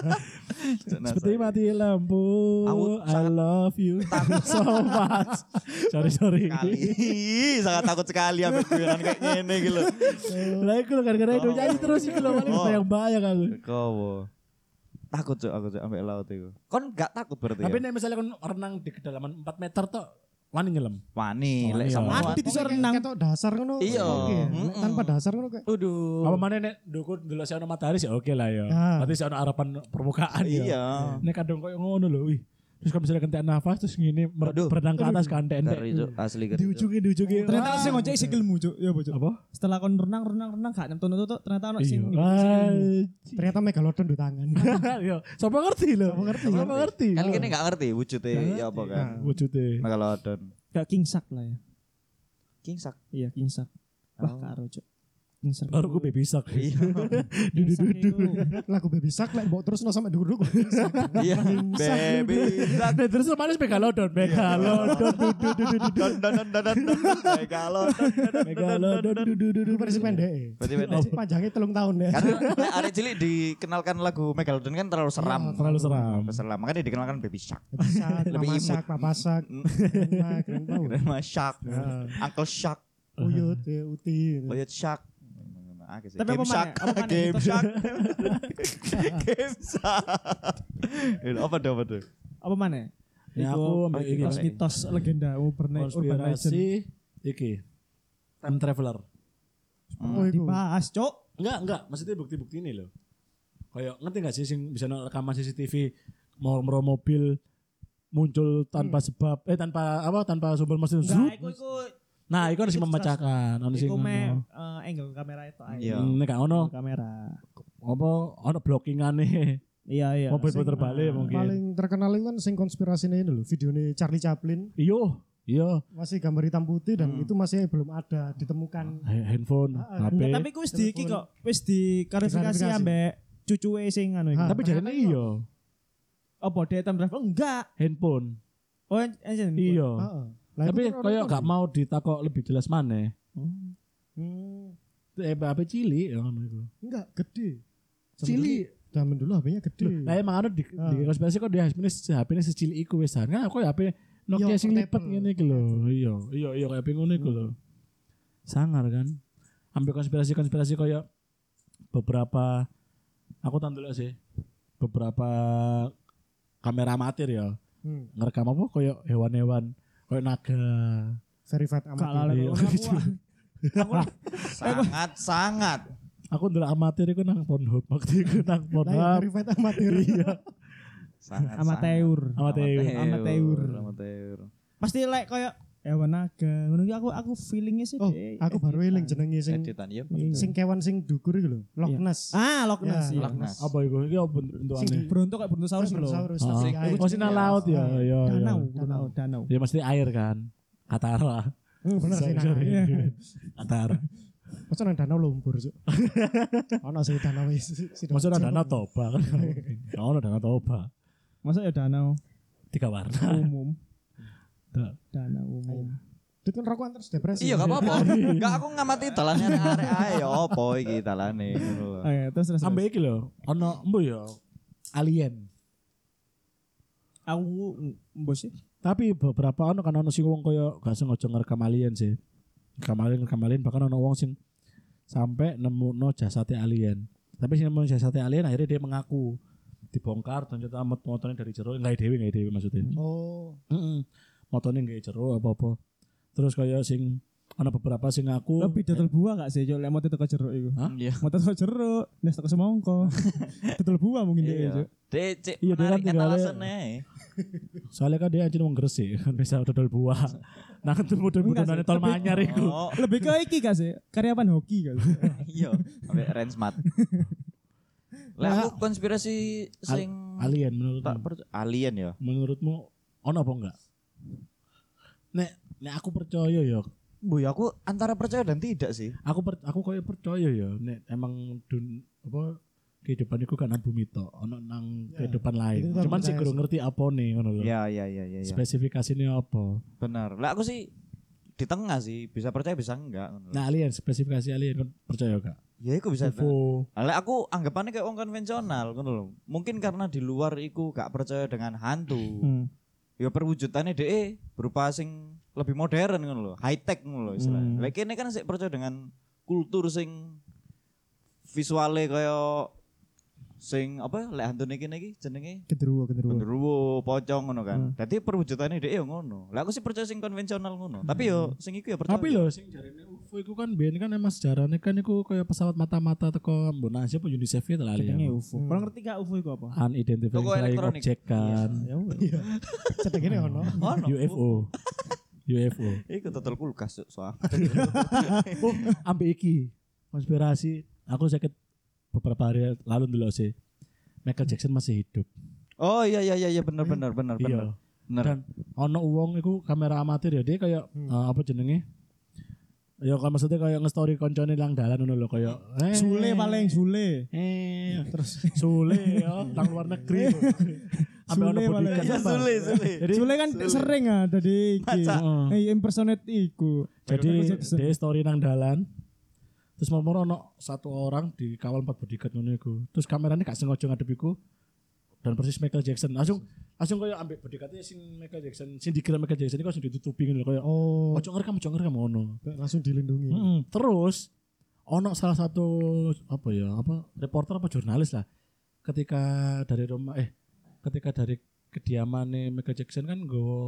Speaker 1: Cak NASA.
Speaker 2: Seperti mati lampu.
Speaker 1: Aku
Speaker 2: I
Speaker 1: sangat-
Speaker 2: love you so much. Sorry sorry.
Speaker 1: sekali. Sangat takut sekali ambil guyonan kayak gini gitu. lho.
Speaker 2: Lah iku lho gara-gara itu
Speaker 3: Iya,
Speaker 2: nyanyi terus iku lho paling
Speaker 1: Oh.
Speaker 2: bayang-bayang aku.
Speaker 1: Kowo. Takut cuk aku cuk ambil laut itu. Kon gak takut berarti
Speaker 2: Tapi
Speaker 4: Iya.
Speaker 1: ya?
Speaker 2: nek misalnya kon renang di kedalaman 4 meter tok wani nyelam.
Speaker 1: Wani,
Speaker 2: Oh,
Speaker 1: lek
Speaker 2: iya.
Speaker 1: sama.
Speaker 3: Mati
Speaker 4: Pokoknya
Speaker 3: bisa
Speaker 4: kayak
Speaker 3: renang.
Speaker 4: Ketok dasar ngono.
Speaker 1: Iya.
Speaker 4: oke ya. Nek
Speaker 1: Mm-mm.
Speaker 4: Tanpa dasar ngono kayak.
Speaker 1: Aduh.
Speaker 2: Apa mana nek ndukur ndelok sing ono matahari sih oke lah ya.
Speaker 4: Ah.
Speaker 2: Berarti sih ono harapan permukaan ya.
Speaker 1: Iya.
Speaker 2: Nek kadang koyo ngono lho, wih. Terus kalau misalnya kentek nafas terus ngene mer-
Speaker 1: Aduh.
Speaker 2: berenang ke atas kan entek.
Speaker 1: Ngeri cuk asli
Speaker 2: Di
Speaker 1: ngeri. Cuk.
Speaker 2: ujungnya di ujungnya.
Speaker 4: Iya.
Speaker 3: Ternyata
Speaker 2: Wah.
Speaker 3: sing ngocek sikilmu, Cuk.
Speaker 2: Iya,
Speaker 3: Ya, Cuk.
Speaker 2: apa?
Speaker 3: Setelah kon renang renang renang gak nyentuh tuh tuh, ternyata ono
Speaker 2: Iya.
Speaker 3: sing
Speaker 2: Ah,
Speaker 4: Ternyata megalodon di tangan.
Speaker 2: Iya. Sopo ngerti lho.
Speaker 4: Sopo ngerti,
Speaker 2: Sopo ngerti. Nah.
Speaker 1: Kan kene gak ngerti wujudnya ya apa kan.
Speaker 2: Wujudnya.
Speaker 4: Nah.
Speaker 1: Megalodon.
Speaker 3: kayak king shark lah ya.
Speaker 1: King sak.
Speaker 3: Iya, king shark. Wah, karo, Cuk. King shark.
Speaker 2: Baru gue baby shark.
Speaker 1: Iya.
Speaker 3: King shark iku.
Speaker 4: Lagu baby shark lek mbok terus sampe duduk.
Speaker 1: Iya. Baby sak.
Speaker 2: Nah, terus kemarin megalodon, megalodon, dudu, dudu, dudu,
Speaker 1: Don don don don don. don. Megalodon.
Speaker 2: megalodon, dudu, dudu, dudu.
Speaker 4: Dulu versi pendek.
Speaker 1: Berarti bener.
Speaker 4: Versi panjangnya telung tahun ya.
Speaker 1: Karena lek arek cilik dikenalkan lagu Megalodon kan terlalu seram.
Speaker 2: Iya, Terlalu seram.
Speaker 1: Seram. Makanya dikenalkan Baby Shark.
Speaker 4: Baby shark,
Speaker 1: Lebih
Speaker 4: mama
Speaker 1: imut.
Speaker 4: shark, papa shark. Grandma, grandpa,
Speaker 2: Iya.
Speaker 1: Grandma Shark. Uncle Shark.
Speaker 4: Uyut, ya, uti. gitu.
Speaker 1: Boyot Oh, iya, Shark. Akeh Hmm. sih.
Speaker 3: Tapi
Speaker 1: Game
Speaker 3: apa
Speaker 1: Shark.
Speaker 3: maneh? Apa maneh?
Speaker 1: Game
Speaker 3: Itu
Speaker 1: Shark. Game Shark. Itu Apa tuh apa tuh?
Speaker 3: Apa mana?
Speaker 2: Ya, aku ambil ini.
Speaker 3: mitos legenda urban urban legend.
Speaker 2: Konspirasi, iki, time traveler.
Speaker 4: Oh, iku.
Speaker 3: Dibahas, Cuk.
Speaker 2: Enggak, enggak. Maksudnya bukti-bukti ini loh. Kayak ngerti nggak sih sing bisa no- rekaman CCTV mau mero mobil muncul tanpa sebab eh tanpa apa tanpa sumber mesin
Speaker 3: Enggak,
Speaker 2: Zoop.
Speaker 3: Hmm. iku iku
Speaker 2: Nah, itu harus
Speaker 3: iku
Speaker 2: memecahkan. Ono sing
Speaker 3: iku me
Speaker 2: ngono.
Speaker 3: eh, angle kamera itu ae.
Speaker 1: Iya.
Speaker 2: Hmm, Nek gak ono
Speaker 3: Kamera.
Speaker 2: apa ono blockingan nih
Speaker 3: Iya iya.
Speaker 2: Mobil
Speaker 4: Sing-
Speaker 2: puter balik mungkin.
Speaker 4: Nah, Paling terkenal itu kan sing konspirasi ini dulu, videonya Charlie Chaplin
Speaker 2: Iyo, iyo.
Speaker 4: masih gambar hitam putih dan itu masih belum ada ditemukan.
Speaker 2: H- Handphone,
Speaker 4: Ah,
Speaker 2: HP.
Speaker 3: Nah, Tapi ku wis di iki kok, wis diklarifikasi
Speaker 4: Diklarifikasi.
Speaker 3: ambek cucuke sing anu
Speaker 4: Ah.
Speaker 3: iku.
Speaker 2: Tapi jarene iyo.
Speaker 3: Apa dia time drive? Enggak.
Speaker 2: Handphone.
Speaker 3: Oh, en- en- Ah,
Speaker 2: Iyo.
Speaker 4: Heeh. Lah,
Speaker 3: nah,
Speaker 4: itu
Speaker 2: Tapi
Speaker 4: kan
Speaker 2: koyo
Speaker 4: orang-
Speaker 2: gak mau ditakok lebih jelas maneh.
Speaker 3: Hmm.
Speaker 4: Hmm,
Speaker 2: Eh, HP cilik ya ngono iku.
Speaker 4: enggak gede. Zaman
Speaker 2: Cilik.
Speaker 4: dulu- Zaman dulu HP-nya gede.
Speaker 2: Lah iya. emang ada di, di
Speaker 4: Ah.
Speaker 2: konspirasi kok dia HP-ne HP-ne secili iku wis kan aku ya HP Nokia
Speaker 4: Iya,
Speaker 2: sing lipet
Speaker 4: portable.
Speaker 2: ngene iki lho. Iya, iya iya kayak HP ngono iku lho. Sangar kan. Ambil konspirasi-konspirasi koyo beberapa aku tandul sih. Beberapa kamera amatir ya.
Speaker 4: Hmm,
Speaker 2: Ngerekam apa koyo hewan-hewan, koyo naga.
Speaker 4: verified
Speaker 3: Gak
Speaker 4: amatir.
Speaker 3: lale
Speaker 2: Iya.
Speaker 3: kok. Aku- ah. aku-
Speaker 1: sangat sangat
Speaker 2: Aku ndelok amatir iku nang Pornhub waktu iku nang
Speaker 4: Lah, ya,
Speaker 2: Pornhub.
Speaker 4: verified amatir.
Speaker 2: Iya.
Speaker 1: sangat
Speaker 3: amatir.
Speaker 2: Amatir.
Speaker 1: amatir
Speaker 3: Amatir.
Speaker 1: amatir
Speaker 3: Pasti like koyo hewan naga. Ngono iki aku aku feelingnya sih.
Speaker 4: Oh,
Speaker 3: deh.
Speaker 4: aku baru eling jenenge sing
Speaker 1: editan ya
Speaker 3: Iya.
Speaker 4: sing kewan sing dukur iku lho, Loch
Speaker 3: Iya.
Speaker 4: Ness.
Speaker 3: Ah, Loch Ness.
Speaker 4: Ya,
Speaker 3: iya.
Speaker 1: Loch Ness.
Speaker 2: Apa iku? Iki apa bentukane?
Speaker 4: Sing di-
Speaker 3: Beruntung kayak Brontosaurus lho.
Speaker 4: Dinosaurus,
Speaker 2: Oh,
Speaker 4: tapi
Speaker 1: sing-
Speaker 4: air.
Speaker 2: Oh, sinyal laut ya.
Speaker 4: Ah.
Speaker 2: Iya. iya.
Speaker 3: Danau, danau, danau.
Speaker 2: Ya mesti air kan. Katara.
Speaker 4: Hmm, bener sih
Speaker 2: Sorry,
Speaker 4: Iya. nang
Speaker 2: sorry.
Speaker 4: air.
Speaker 2: Katara.
Speaker 4: Masa nang danau lumpur, Cuk. Ono sih danau wis.
Speaker 2: Maksudnya ada danau toba kan. Oh, ada danau toba.
Speaker 3: Masa ya danau
Speaker 2: Tiga warna.
Speaker 3: umum.
Speaker 2: Tuh.
Speaker 3: Danau umum.
Speaker 4: Dit kan rokokan terus depresi.
Speaker 1: iya gak apa-apa gak aku ngamati dalane arek ae ya apa iki dalane ngono lho.
Speaker 3: Oke, terus terus.
Speaker 2: Sampai iki loh. Ono embo ya. Alien.
Speaker 3: Aku mbos sih.
Speaker 2: Tapi beberapa ono kan ono sing wong koyo gak sengaja ngerekam alien sih. Ngerekam alien, ngerekam alien bahkan ono wong sing sampai nemuno jasate alien. Tapi sing nemuno jasate alien akhirnya dia mengaku dibongkar dan ternyata mot- motornya dari jero enggak dewi enggak dewi maksudnya.
Speaker 4: Oh,
Speaker 2: Heeh. Motone nggak jero apa-apa. Terus kayak sing ana beberapa sing aku
Speaker 3: Lebih dodol buah gak sih? Cuk? Lek mau teko jeruk iku.
Speaker 2: Hah?
Speaker 1: iya
Speaker 3: Mau teko jeruk, nes teko semangka. Dodol buah mungkin dia,
Speaker 1: iya
Speaker 3: Cuk.
Speaker 1: Dek, cek
Speaker 2: Iya, dia kan
Speaker 1: menarik kan
Speaker 2: tinggalnya-
Speaker 1: alasannya
Speaker 2: soalnya kan dia anjir wong Gresik kan bisa dodol buah. Nah ketemu dodol-dodolane
Speaker 3: sih,
Speaker 2: tol
Speaker 3: tapi-
Speaker 2: manyar iku.
Speaker 1: oh
Speaker 3: Lebih ke iki gak sih? Karyawan hoki gak sih?
Speaker 1: iya sampai range smart lah
Speaker 3: Nah.
Speaker 1: aku konspirasi sing
Speaker 2: Alien menurut
Speaker 1: tak percaya alien ya
Speaker 2: menurutmu ono apa enggak? Nek nek aku percaya ya.
Speaker 1: Bu, ya aku antara percaya dan tidak sih.
Speaker 2: Aku per, aku koyo percaya ya nek emang dun apa kehidupan iku kan nang bumi tok, ono nang
Speaker 4: Ya,
Speaker 2: kehidupan lain.
Speaker 4: itu kan
Speaker 2: Cuman sih
Speaker 4: percaya
Speaker 2: kurang
Speaker 4: sih.
Speaker 2: ngerti apa nih ngono lho.
Speaker 1: Iya, iya, iya, iya, iya.
Speaker 2: Spesifikasinya apa?
Speaker 1: Benar. Lah aku sih di tengah sih, bisa percaya bisa enggak.
Speaker 2: Nah alien spesifikasi alien kan percaya gak?
Speaker 1: Ya iku bisa.
Speaker 2: UFO.
Speaker 1: Lah aku anggapannya kayak wong konvensional ngono lho. Mungkin karena di luar iku gak percaya dengan hantu.
Speaker 3: Hmm.
Speaker 1: ya perwujudannya DE berupa sing lebih modern ngono lho, high tech ngono lho istilahnya.
Speaker 3: Hmm.
Speaker 1: Lah kene kan sik percaya dengan kultur sing visuale kaya sing apa ya, lek hantune kene iki jenenge
Speaker 3: Genderuwo,
Speaker 2: Hmm.
Speaker 3: genderuwo.
Speaker 1: genderuwo pocong ngono kan. Dadi perwujudannya dhek ya ngono. Lah aku sih percaya sing konvensional ngono. Tapi yo sing iku ya percaya.
Speaker 2: Hmm. Tapi lho sing jarene UFO iku kan biyen kan emang sejarahnya kan iku kaya pesawat mata-mata teko Mbok Asia apa UNICEF itu lah
Speaker 3: Jenenge
Speaker 2: ya.
Speaker 3: UFO. Kalau ngerti gak UFO iku apa?
Speaker 2: Unidentified
Speaker 1: Toko
Speaker 2: flying
Speaker 1: elektronik.
Speaker 2: object kan.
Speaker 3: Ya wes.
Speaker 2: Iya.
Speaker 4: cedekene ono.
Speaker 1: Ono.
Speaker 2: UFO. UFO.
Speaker 1: Iku total kulkas yuk, soal.
Speaker 2: Oh, ambe iki konspirasi. Aku sakit beberapa hari lalu dulu sih. Michael Jackson masih hidup.
Speaker 1: Oh iya iya iya iya, bener bener bener bener.
Speaker 2: Iya.
Speaker 1: Bener. Hmm.
Speaker 2: Dan ono wong iku kamera amatir ya dia kayak eh, apa jenenge? Ya kan maksudnya kayak nge-story koncone lang dalan ngono lho kayak eh,
Speaker 3: Sule paling sule.
Speaker 2: Eh,
Speaker 3: Iya,
Speaker 2: terus Sule ya, nang luar negeri. Ambil ono
Speaker 3: Sule
Speaker 2: bodikan
Speaker 3: malah. ya.
Speaker 1: Iya
Speaker 2: apa.
Speaker 1: sulit sulit.
Speaker 2: Jadi
Speaker 3: Sule kan sering ada di iki.
Speaker 2: Heeh.
Speaker 3: Eh, impersonate iku.
Speaker 2: jadi
Speaker 4: gitu,
Speaker 3: Michael Jackson.
Speaker 2: dia story nang dalan. Terus mau ono satu orang dikawal empat bodyguard ngono iku. Terus kameranya gak sengaja ngadep iku dan persis Michael Jackson. Langsung langsung koyo ambek bodyguardnya sing Michael Jackson, sing dikira Michael Jackson iku langsung ditutupi ngono lho, koyo
Speaker 4: Oh,
Speaker 2: ojo ngerekam, ojo ngerekam ngono.
Speaker 4: langsung dilindungi.
Speaker 2: Mm-mm. Terus ono salah satu apa ya apa reporter apa jurnalis lah ketika dari rumah eh ketika dari kediamannya Michael Jackson kan gue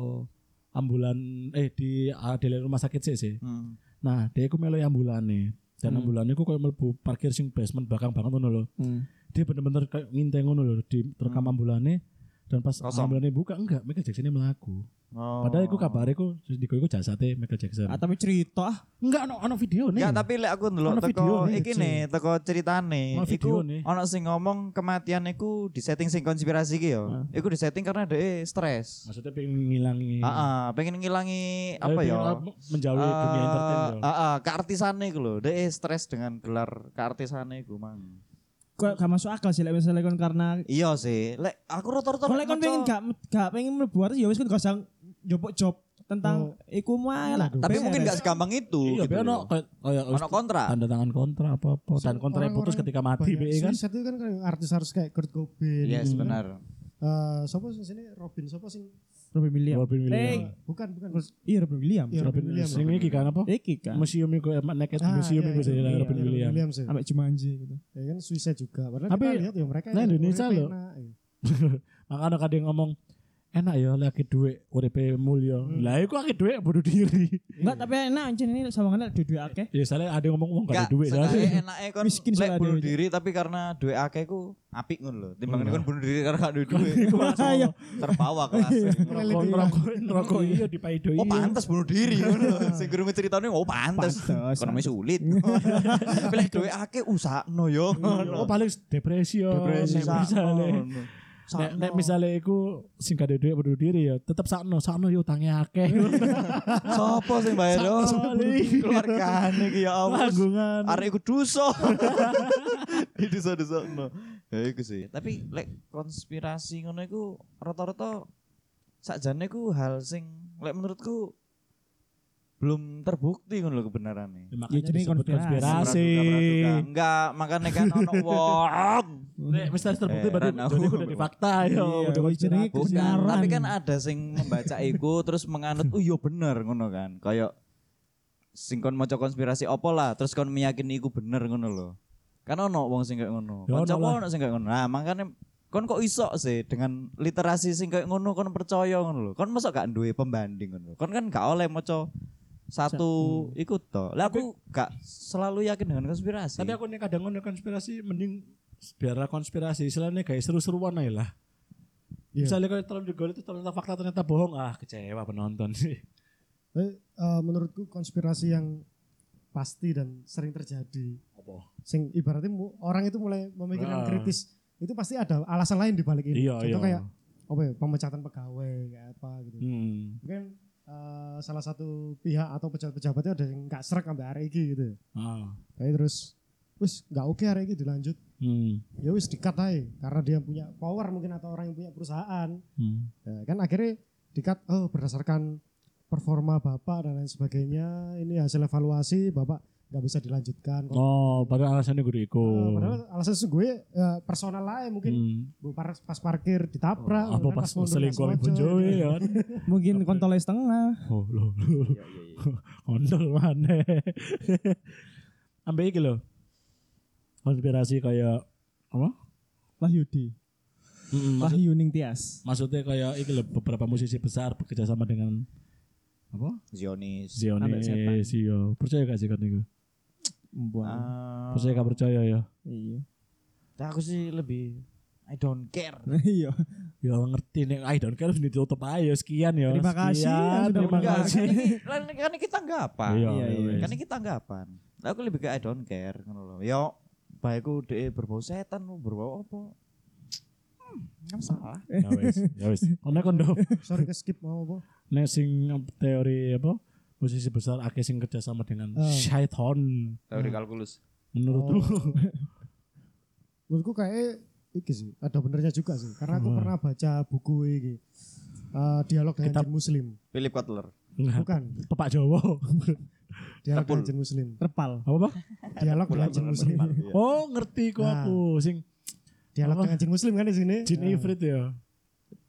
Speaker 2: ambulan eh di ah, di rumah sakit sih sih.
Speaker 1: Hmm.
Speaker 2: Nah dia aku melu ambulane dan
Speaker 3: Hmm.
Speaker 2: ambulannya aku kayak melebu parkir sing basement belakang banget ngono lho.
Speaker 3: Hmm.
Speaker 2: Dia bener-bener kayak nginteng ngono lho di rekam ambulane dan pas
Speaker 1: Hmm. Kosong.
Speaker 2: ambilane buka enggak Michael Jackson melaku
Speaker 1: Oh.
Speaker 2: padahal iku kabare iku Digo iku jasate Michael Jackson
Speaker 3: Ah, tapi cerita ah.
Speaker 2: enggak ono ono video
Speaker 1: Enggak,
Speaker 2: nih
Speaker 1: Oh. Ya, tapi lek aku ndelok
Speaker 2: Ono
Speaker 1: teko
Speaker 2: video nih,
Speaker 1: iki
Speaker 2: Cek.
Speaker 1: nih, teko ceritane.
Speaker 2: Ono video
Speaker 1: Iku
Speaker 2: nih.
Speaker 1: ono sing ngomong kematian iku disetting sing konspirasi iki
Speaker 2: Hmm.
Speaker 1: yo. Iku disetting karena dhek stres.
Speaker 2: maksudnya pengen ngilangi
Speaker 1: Heeh, pengen ngilangi
Speaker 2: Eh,
Speaker 1: Ah, apa
Speaker 2: pengen
Speaker 1: ya? Ah,
Speaker 2: lah menjauhi dunia entertain ya. yo.
Speaker 1: Heeh, keartisane iku lho. Dhek stres dengan gelar keartisane iku mang.
Speaker 3: Kok gak masuk akal sih lek misalnya kon karena
Speaker 1: Iya sih. Lek aku rata-rata
Speaker 3: Kok lek kon
Speaker 1: maca-
Speaker 3: pengen gak gak pengen mlebu artis ya wis kon gak usah njupuk job tentang iku mah lah.
Speaker 1: tapi mungkin gak segampang itu.
Speaker 2: ya? Iya,
Speaker 1: gitu
Speaker 2: biar ono
Speaker 1: loh.
Speaker 2: kayak kayak
Speaker 1: Ono kontra.
Speaker 2: tanda tangan kontra apa apa dan kontra putus ketika mati be kan.
Speaker 4: Suicide itu kan kayak artis harus kayak Kurt Cobain.
Speaker 1: Yes,
Speaker 4: gitu kan.
Speaker 1: benar.
Speaker 4: Eh, siapa sih sini Robin siapa sih?
Speaker 3: Robin Williams.
Speaker 2: Iya. Robin Williams.
Speaker 4: Eh, bukan bukan.
Speaker 3: Iya Robin Williams.
Speaker 4: Iya,
Speaker 2: Robin Williams. Sing iki kan apa?
Speaker 3: Iki
Speaker 1: Iya.
Speaker 3: kan.
Speaker 2: Museum iku eh, Naked Museum
Speaker 4: iya,
Speaker 2: iku sih
Speaker 4: iya,
Speaker 2: lah,
Speaker 4: iya,
Speaker 2: Robin Williams.
Speaker 4: ya.
Speaker 3: Ambek Jumanji gitu.
Speaker 4: Ya kan suicide juga. Padahal
Speaker 2: Tapi
Speaker 4: kita lihat ya mereka
Speaker 2: nah,
Speaker 4: ya,
Speaker 2: Indonesia
Speaker 4: uripnya
Speaker 2: loh.
Speaker 4: enak, ya.
Speaker 2: Makanya kadang ngomong enak ya lagi duit uripe mulya. Lah iku akeh duit bunuh diri.
Speaker 3: Enggak, tapi enak anjir ini sawangane duwe akeh.
Speaker 2: Ya soalnya ada yang ngomong uang gak ada
Speaker 1: Gak,
Speaker 2: duit soalnya.
Speaker 1: seenggaknya enaknya kon
Speaker 3: Miskin
Speaker 1: lek
Speaker 3: soalnya
Speaker 1: bunuh
Speaker 3: dhewe.
Speaker 1: diri tapi karena duwe akeh ku apik ngono lho.
Speaker 2: Iya.
Speaker 1: Timbangane kon bunuh diri karena gak duwe duit.
Speaker 3: Bahaya.
Speaker 1: Terbawa kelas.
Speaker 2: Rokok
Speaker 4: kan?
Speaker 2: rokok rokok iya dipaidoi.
Speaker 1: Oh pantes bunuh diri ngono lho. Sing gurung ceritane oh pantes.
Speaker 3: Pantes.
Speaker 1: Ekonomi sulit. Pilih duwe akeh usahno yo
Speaker 2: Oh
Speaker 1: ngono.
Speaker 2: paling depresi ya.
Speaker 1: Depresi
Speaker 2: Nek misalnya.
Speaker 1: sakno.
Speaker 2: Nek,
Speaker 1: Sakno.
Speaker 2: nek misalnya iku sing gak ada duit bunuh diri ya tetep sakno sakno yo utangnya akeh.
Speaker 1: Sopo sing bayar yo? Keluargane iki ya ampun.
Speaker 2: Panggungan.
Speaker 1: Arek iku duso. Di duso-duso. Ya iku sih. Tapi lek konspirasi ngono iku rata-rata sakjane iku hal sing lek menurutku belum terbukti ngono lho kebenarane.
Speaker 3: Ya, jadi
Speaker 2: disebut
Speaker 3: konspirasi.
Speaker 1: Iya Praduga-praduga. Enggak, makanya kan ono wong.
Speaker 2: Nek misalnya terbukti berarti
Speaker 1: Heran aku.
Speaker 2: jadi udah di fakta ya.
Speaker 3: Iya,
Speaker 2: udah
Speaker 3: wih, jenenge
Speaker 2: konspirasi.
Speaker 3: konspirasi.
Speaker 1: Bukan,
Speaker 3: Kebenaran.
Speaker 1: tapi kan ada sing membaca iku terus menganut, "Oh iya bener" ngono kan. Kayak sing kon maca konspirasi opo lah, terus kon meyakini iku bener ngono lho. Kan ono wong sing kayak ngono.
Speaker 2: Ya, ono
Speaker 1: Kancaku
Speaker 2: lah.
Speaker 1: ono sing kayak ngono. Nah, makanya kon kok iso sih dengan literasi sing kayak ngono kon percaya ngono lho. Kon masa gak duwe pembanding ngono. Kon kan gak oleh maca satu
Speaker 2: Hmm.
Speaker 1: ikut toh. Lah aku gak selalu yakin dengan konspirasi.
Speaker 2: Tapi aku nih kadang ngono konspirasi mending biarlah konspirasi istilahnya kayak seru-seruan aja lah.
Speaker 4: Iya.
Speaker 2: Misalnya kalau terlalu digoreng itu ternyata fakta ternyata bohong ah kecewa penonton sih.
Speaker 4: Tapi, eh, menurutku konspirasi yang pasti dan sering terjadi.
Speaker 2: Apa?
Speaker 4: Sing ibaratnya mu- orang itu mulai
Speaker 2: Ah.
Speaker 4: memikirkan kritis. Itu pasti ada alasan lain di balik ini.
Speaker 2: Iya,
Speaker 4: Contoh
Speaker 2: iya.
Speaker 4: kayak apa ya, pemecatan pegawai kayak apa gitu.
Speaker 2: Hmm.
Speaker 4: Mungkin eh, salah satu pihak atau pejabat-pejabatnya ada yang nggak serak sama arek iki gitu.
Speaker 2: Ah.
Speaker 4: Tapi terus wis nggak oke arek iki dilanjut.
Speaker 2: Hmm.
Speaker 4: Ya wis di-cut aja. karena dia punya power mungkin atau orang yang punya perusahaan.
Speaker 2: Hmm.
Speaker 4: Ya, kan akhirnya dikat oh berdasarkan performa bapak dan lain sebagainya ini hasil evaluasi bapak nggak bisa dilanjutkan kok.
Speaker 2: Oh, padahal alasannya gue
Speaker 4: Eh,
Speaker 2: ikut.
Speaker 4: padahal alasan gue eh, personal lain mungkin
Speaker 2: Hmm. Oh,
Speaker 4: bu par- pas parkir ditabrak
Speaker 2: Apa
Speaker 4: kan,
Speaker 2: pas
Speaker 4: mundur,
Speaker 2: selingkuh oleh
Speaker 4: pas mojok,
Speaker 2: Bonjowi
Speaker 4: gitu.
Speaker 2: ya kan?
Speaker 3: Mungkin kontolnya setengah.
Speaker 2: Oh, loh, loh.
Speaker 1: Iya, iya, iya.
Speaker 2: Ondol mana? Ambil iki loh. Konspirasi kayak apa?
Speaker 3: Wahyudi. Hmm,
Speaker 2: Maksud-
Speaker 3: Wahyuning Tias.
Speaker 2: maksudnya kayak iki loh beberapa musisi besar bekerja sama dengan apa?
Speaker 1: Zionis.
Speaker 3: Ambek setan.
Speaker 2: Zionis, iya. Percaya gak sih kan itu?
Speaker 3: Mbak.
Speaker 1: Ah,
Speaker 2: Percaya gak percaya ya?
Speaker 3: Iya.
Speaker 1: Nah, aku sih lebih I don't care.
Speaker 3: Iya.
Speaker 2: Ya ngerti nih, I don't care sudah ditutup aja sekian ya.
Speaker 3: Terima kasih yang
Speaker 2: Sekian,
Speaker 3: sudah
Speaker 2: terima
Speaker 3: mendengar.
Speaker 2: kasih.
Speaker 1: Kan kan ini kita anggapan.
Speaker 2: Iya,
Speaker 3: Iya,
Speaker 2: iya.
Speaker 1: Kan ini kita anggapan. Lah aku lebih ke I don't care ngono lho. Yo, baikku dhek berbau setan, berbau apa? Hmm, nggak masalah.
Speaker 2: Ya wis, ya wis. Konek kondo.
Speaker 4: sorry ke skip mau apa
Speaker 2: Nek sing teori apa? Musisi besar akeh sing kerja sama dengan
Speaker 4: Oh.
Speaker 2: syaiton.
Speaker 1: Teori kalkulus.
Speaker 2: Menurutku
Speaker 4: menurutku kayak iki sih ada benernya juga sih karena aku pernah baca buku ini eh, dialog dengan
Speaker 2: Kitab.
Speaker 4: jin muslim
Speaker 1: Philip Kotler.
Speaker 2: Nah,
Speaker 4: bukan
Speaker 2: Pepak Jawa.
Speaker 4: dialog
Speaker 1: Tepul.
Speaker 4: dengan jin muslim
Speaker 3: Repal.
Speaker 2: apa, Pak?
Speaker 4: dialog dengan jin muslim
Speaker 2: Oh, ngerti kok
Speaker 4: Nah.
Speaker 2: aku sing
Speaker 4: dialog
Speaker 2: Apa?
Speaker 4: dengan jin muslim kan di sini
Speaker 2: jin
Speaker 4: Nah,
Speaker 2: ifrit ya.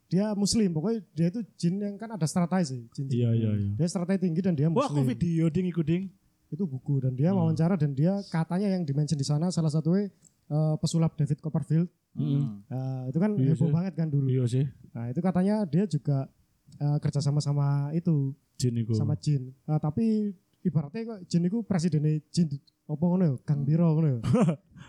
Speaker 4: dia muslim pokoknya dia itu jin yang kan ada strata sih jin, jin.
Speaker 2: Iya, iya, iya.
Speaker 4: dia strata tinggi dan dia
Speaker 2: Wah, aku
Speaker 4: muslim
Speaker 2: video ding iku ding.
Speaker 4: itu buku dan dia
Speaker 2: Hmm.
Speaker 4: wawancara dan dia katanya yang dimention di sana salah satunya eh, pesulap David Copperfield
Speaker 1: Hmm.
Speaker 4: Eh, itu kan
Speaker 2: Iya
Speaker 4: heboh
Speaker 2: sih.
Speaker 4: banget kan dulu
Speaker 2: Iya sih.
Speaker 4: nah itu katanya dia juga eh, kerja sama sama itu
Speaker 2: Jin iku.
Speaker 4: sama jin Eh, tapi ibaratnya kok jin iku presidennya jin apa ngono ya, Kang Biro ngono ya.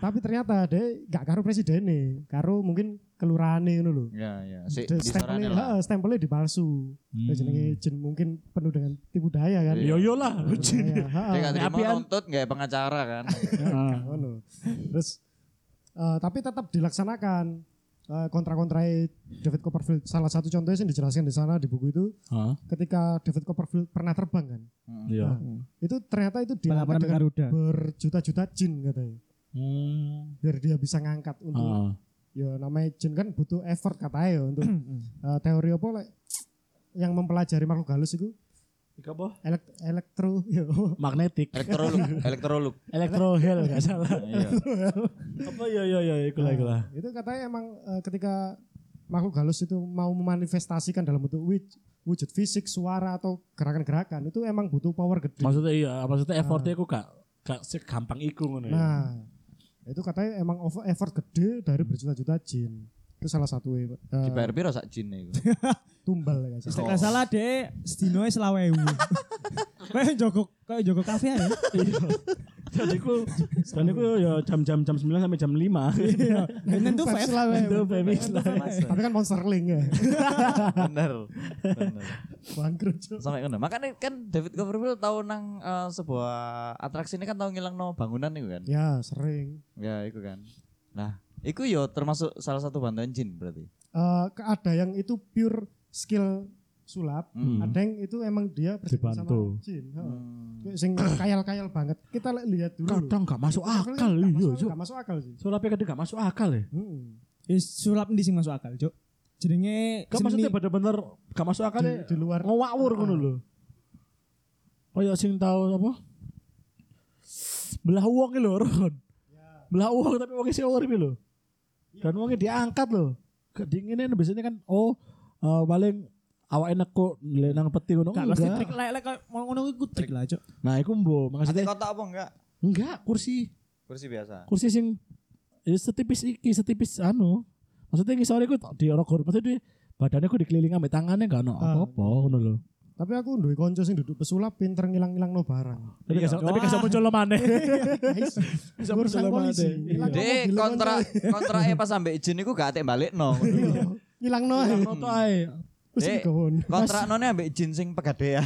Speaker 4: Tapi ternyata dia gak karo presidennya, karo mungkin kelurahane ngono lho.
Speaker 1: Ya ya. Si
Speaker 4: Dia
Speaker 1: disorane
Speaker 4: Stempelnya,
Speaker 1: lah.
Speaker 4: heeh, stempelnya dipalsu.
Speaker 2: Hmm.
Speaker 4: Nah, jenenge jin mungkin penuh dengan tipu daya kan.
Speaker 2: Yo yo lah.
Speaker 4: Tipu daya, heeh.
Speaker 1: Iya. Dia gak terima
Speaker 2: Hmm, Apian.
Speaker 1: nuntut gak pengacara kan.
Speaker 2: Heeh.
Speaker 4: Ngono. Terus eh, tapi tetap dilaksanakan Eh, kontra-kontra David Copperfield. Salah satu contohnya yang dijelaskan di sana di buku itu
Speaker 2: Hah?
Speaker 4: ketika David Copperfield pernah terbang kan.
Speaker 1: Hmm.
Speaker 2: Iya.
Speaker 4: Itu ternyata itu
Speaker 3: Pernah
Speaker 4: dilakukan dengan
Speaker 3: Garuda.
Speaker 4: berjuta-juta jin katanya.
Speaker 2: Hmm.
Speaker 4: Biar dia bisa ngangkat untuk
Speaker 2: Ah.
Speaker 4: ya namanya jin kan butuh effort katanya ya untuk
Speaker 3: Hmm.
Speaker 4: eh, teori apa lek yang mempelajari makhluk halus itu
Speaker 2: Iku apa?
Speaker 4: elek- elektro ya.
Speaker 2: Magnetik.
Speaker 1: Elektroluk, elektroluk.
Speaker 2: Electrohel gak salah.
Speaker 1: Iya.
Speaker 2: Apa yo yo yo iku lah iku lah.
Speaker 4: Nah, Itu katanya emang eh, ketika makhluk halus itu mau memanifestasikan dalam bentuk wij- wujud fisik, suara atau gerakan-gerakan itu emang butuh power gede.
Speaker 2: Maksudnya iya, maksudnya effortnya aku gak gak segampang iku ngono ya.
Speaker 4: Nah, itu katanya emang over effort gede dari berjuta-juta jin. Itu salah satu eh,
Speaker 1: Iya. Dibayar piro sak jin iku?
Speaker 4: tumbal ya.
Speaker 3: Nek gak salah deh, sedinoe selawewu. Kayak jogo kayak jogo kafe ya.
Speaker 2: Jadi ku, dan aku ya jam-jam jam 9 sampai jam 5. Iya.
Speaker 3: Nentu
Speaker 4: Five
Speaker 3: Five.
Speaker 4: selawe.
Speaker 2: Itu baby
Speaker 4: Tapi kan monsterling ya.
Speaker 1: Bener. Bener.
Speaker 4: Bangkrut. Cuk.
Speaker 1: Sampai ngono. Makanya kan David Copperfield tahu nang eh, sebuah atraksi ini kan tahu ngilangno bangunan iku kan.
Speaker 4: Ya, sering.
Speaker 1: Ya, iku kan. Nah, iku yo termasuk salah satu bantuan jin berarti.
Speaker 4: Eh, ke- ada yang itu pure skill sulap,
Speaker 1: Hmm.
Speaker 4: ada yang itu emang dia bersama
Speaker 2: Dibantu.
Speaker 4: sama jin. heeh.
Speaker 2: Hmm.
Speaker 4: Kayak Sing kayal-kayal banget. Kita li- lihat dulu. loh.
Speaker 2: Kadang gak masuk
Speaker 4: Soalnya
Speaker 2: akal
Speaker 4: nggak
Speaker 2: iya.
Speaker 4: masuk-
Speaker 2: Cuk.
Speaker 4: nggak masuk akal sih. Hmm.
Speaker 2: Soalnya kadang gak masuk akal ya.
Speaker 4: Heeh.
Speaker 3: Wis sulap ndi sing masuk akal, Cuk? Jenenge
Speaker 2: Gak maksudnya bener-bener gak masuk akal ya.
Speaker 4: Di- di luar.
Speaker 2: ngawur ngono lho. Kayak sing tahu apa? Belah uang lho, Ron. Belah uang tapi uangnya sih urip lho. Dan uangnya diangkat lho. Kedinginan biasanya kan oh eh, paling awake nekuk nilai nang peti ngono
Speaker 3: gak pasti
Speaker 2: enggak.
Speaker 3: trik lek-lek kayak mau ngono iku trik lah, Cuk.
Speaker 2: Nah, iku mbo maksudnya
Speaker 1: kotak apa enggak?
Speaker 2: enggak kursi.
Speaker 1: Kursi biasa.
Speaker 2: Kursi sing ya, setipis iki, setipis anu. Maksudnya iki sore iku di orok maksudnya di, badannya ku dikelilingi ambek tangannya enggak ono
Speaker 4: Ah.
Speaker 2: apa-apa ngono lho.
Speaker 4: Tapi aku duwe konco sing duduk pesulap pinter ngilang-ngilang no barang.
Speaker 2: Tapi
Speaker 3: Iya.
Speaker 2: gak tapi gak muncul maneh.
Speaker 4: Bisa urusan
Speaker 2: berjalan
Speaker 4: polisi.
Speaker 2: ada.
Speaker 1: Dek,
Speaker 2: kan,
Speaker 4: Ngilang no mobil,
Speaker 1: kontra kontrake pas sampe izin iku gak atek balekno.
Speaker 4: konco. Ngilang no.
Speaker 2: Foto ae.
Speaker 4: Terus
Speaker 1: Dek.
Speaker 4: digawon.
Speaker 1: Kontraknone ambek izin sing pegadaian.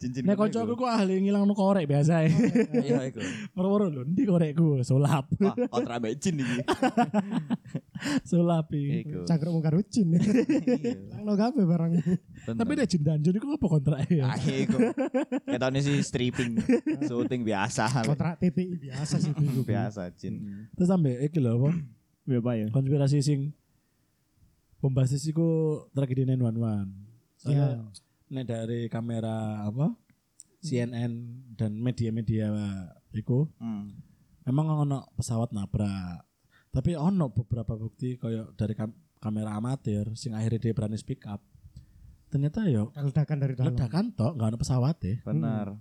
Speaker 1: Jin-jin.
Speaker 2: Nek
Speaker 1: ngono
Speaker 2: kancaku
Speaker 1: iku.
Speaker 2: ku ahli ngilangno korek biasa e.
Speaker 1: Iya iku.
Speaker 2: Moro-moro lho ndi korekku sulap.
Speaker 1: Wah, kontrak ambek izin iki.
Speaker 2: Sulap
Speaker 3: Eh,
Speaker 2: iki.
Speaker 1: Iku.
Speaker 4: Cangkruk mung karo jin.
Speaker 1: Iya,
Speaker 4: Ngilang no kabeh barang.
Speaker 2: Tapi nek jendan jendan iku apa kontrake
Speaker 3: Ah.
Speaker 2: ya?
Speaker 1: akhir iku. Iya. Ketone sih stripping, syuting biasa.
Speaker 4: Kontrak TPI biasa sih itu.
Speaker 1: Iku biasa jin.
Speaker 2: Terus sampe iki lho apa?
Speaker 3: Ya apa ya?
Speaker 2: Konspirasi sing pembasis iku tragedi 911.
Speaker 3: Iya.
Speaker 2: Soalnya nek dari kamera apa? CNN dan media-media iku
Speaker 1: Hmm.
Speaker 2: Emang ono pesawat nabrak. Tapi ono beberapa bukti kayak dari kam- kamera amatir sing akhirnya dia berani speak up. Ternyata ya yo
Speaker 4: Ledakan dari dalam.
Speaker 2: ledakan tok, nggak ono pesawat ya.
Speaker 1: Bener.
Speaker 3: Hmm.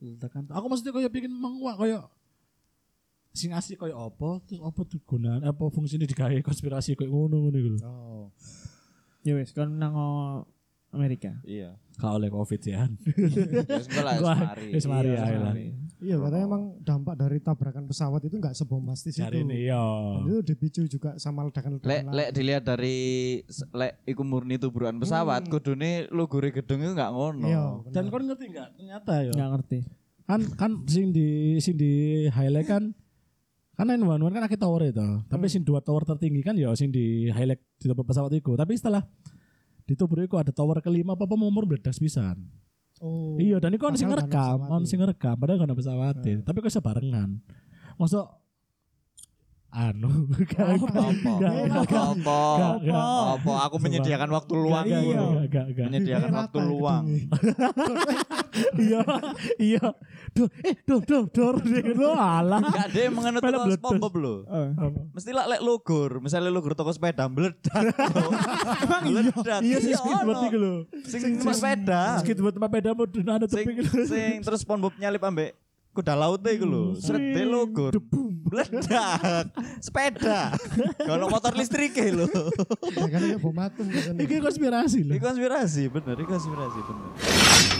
Speaker 3: Iya, kan?
Speaker 2: Ledakan tok. Aku maksudnya kayak bikin menguak kayak sing asli kayak apa terus apa tuh gunaan apa fungsinya digawe konspirasi kayak ngono ngono gitu.
Speaker 4: Oh.
Speaker 3: Ya wis kon nang o- Amerika.
Speaker 1: Iya.
Speaker 2: Gak oleh covid ya.
Speaker 1: Wis engko lah wis
Speaker 2: Wah,
Speaker 1: mari.
Speaker 2: wis mari,
Speaker 1: Iya,
Speaker 2: ayolah.
Speaker 1: mari.
Speaker 4: Iya, katanya emang dampak dari tabrakan pesawat itu nggak sebombastis
Speaker 2: Cari
Speaker 4: itu.
Speaker 2: ini iya. yo.
Speaker 4: Dan Itu dipicu juga sama
Speaker 1: Lek
Speaker 4: ledakan-ledakan.
Speaker 1: lek dilihat dari s- lek iku murni tuburan
Speaker 2: Hmm.
Speaker 1: pesawat, kudune logore gedung iku gak ngono.
Speaker 4: Iya.
Speaker 2: Dan kau ngerti nggak? Ternyata yo.
Speaker 3: Enggak ngerti.
Speaker 2: kan kan sing di sing di highlight kan kan 911 kan akhir tower itu tapi sing dua tower tertinggi kan ya sing di highlight di tower pesawat itu tapi setelah di tower itu ada tower kelima apa apa mau meledas pisan
Speaker 4: Oh.
Speaker 2: iya dan itu kan sing
Speaker 4: Padahal kan
Speaker 2: ngerekam
Speaker 4: pesawat
Speaker 2: kan
Speaker 4: itu.
Speaker 2: sing ngerekam padahal kan pesawat itu tapi kok sebarengan masuk anu gak
Speaker 1: Apa apa apa
Speaker 2: Gak,
Speaker 1: apa aku menyediakan waktu luang.
Speaker 2: gak,
Speaker 1: Iya.
Speaker 2: gak, gak, gak.
Speaker 1: Menyediakan
Speaker 4: Eh,
Speaker 1: waktu
Speaker 4: rata
Speaker 1: luang.
Speaker 4: gedungnya.
Speaker 2: iya iya dor eh dor dor dor lo alah
Speaker 1: Gak ada yang mengenai
Speaker 2: Film
Speaker 1: tukang
Speaker 2: meletus.
Speaker 1: SpongeBob lho.
Speaker 3: Oh.
Speaker 1: Mesti lah lek logor, misalnya logor toko sepeda meledak. Emang meledak.
Speaker 2: iya sih
Speaker 1: ono.
Speaker 2: skit berarti lo
Speaker 1: Sing numpak sepeda. anu
Speaker 2: Skit buat tempat pedamu dan ada
Speaker 1: Sing
Speaker 2: tebing
Speaker 1: sing terus SpongeBob nyalip ambek kuda laut iku lho. Srede logor. Meledak. Sepeda. Kalau motor listrik e lho.
Speaker 4: Ya kan, ya bom atom, kan.
Speaker 2: Ini konspirasi loh.
Speaker 1: Ini konspirasi bener, ini konspirasi bener.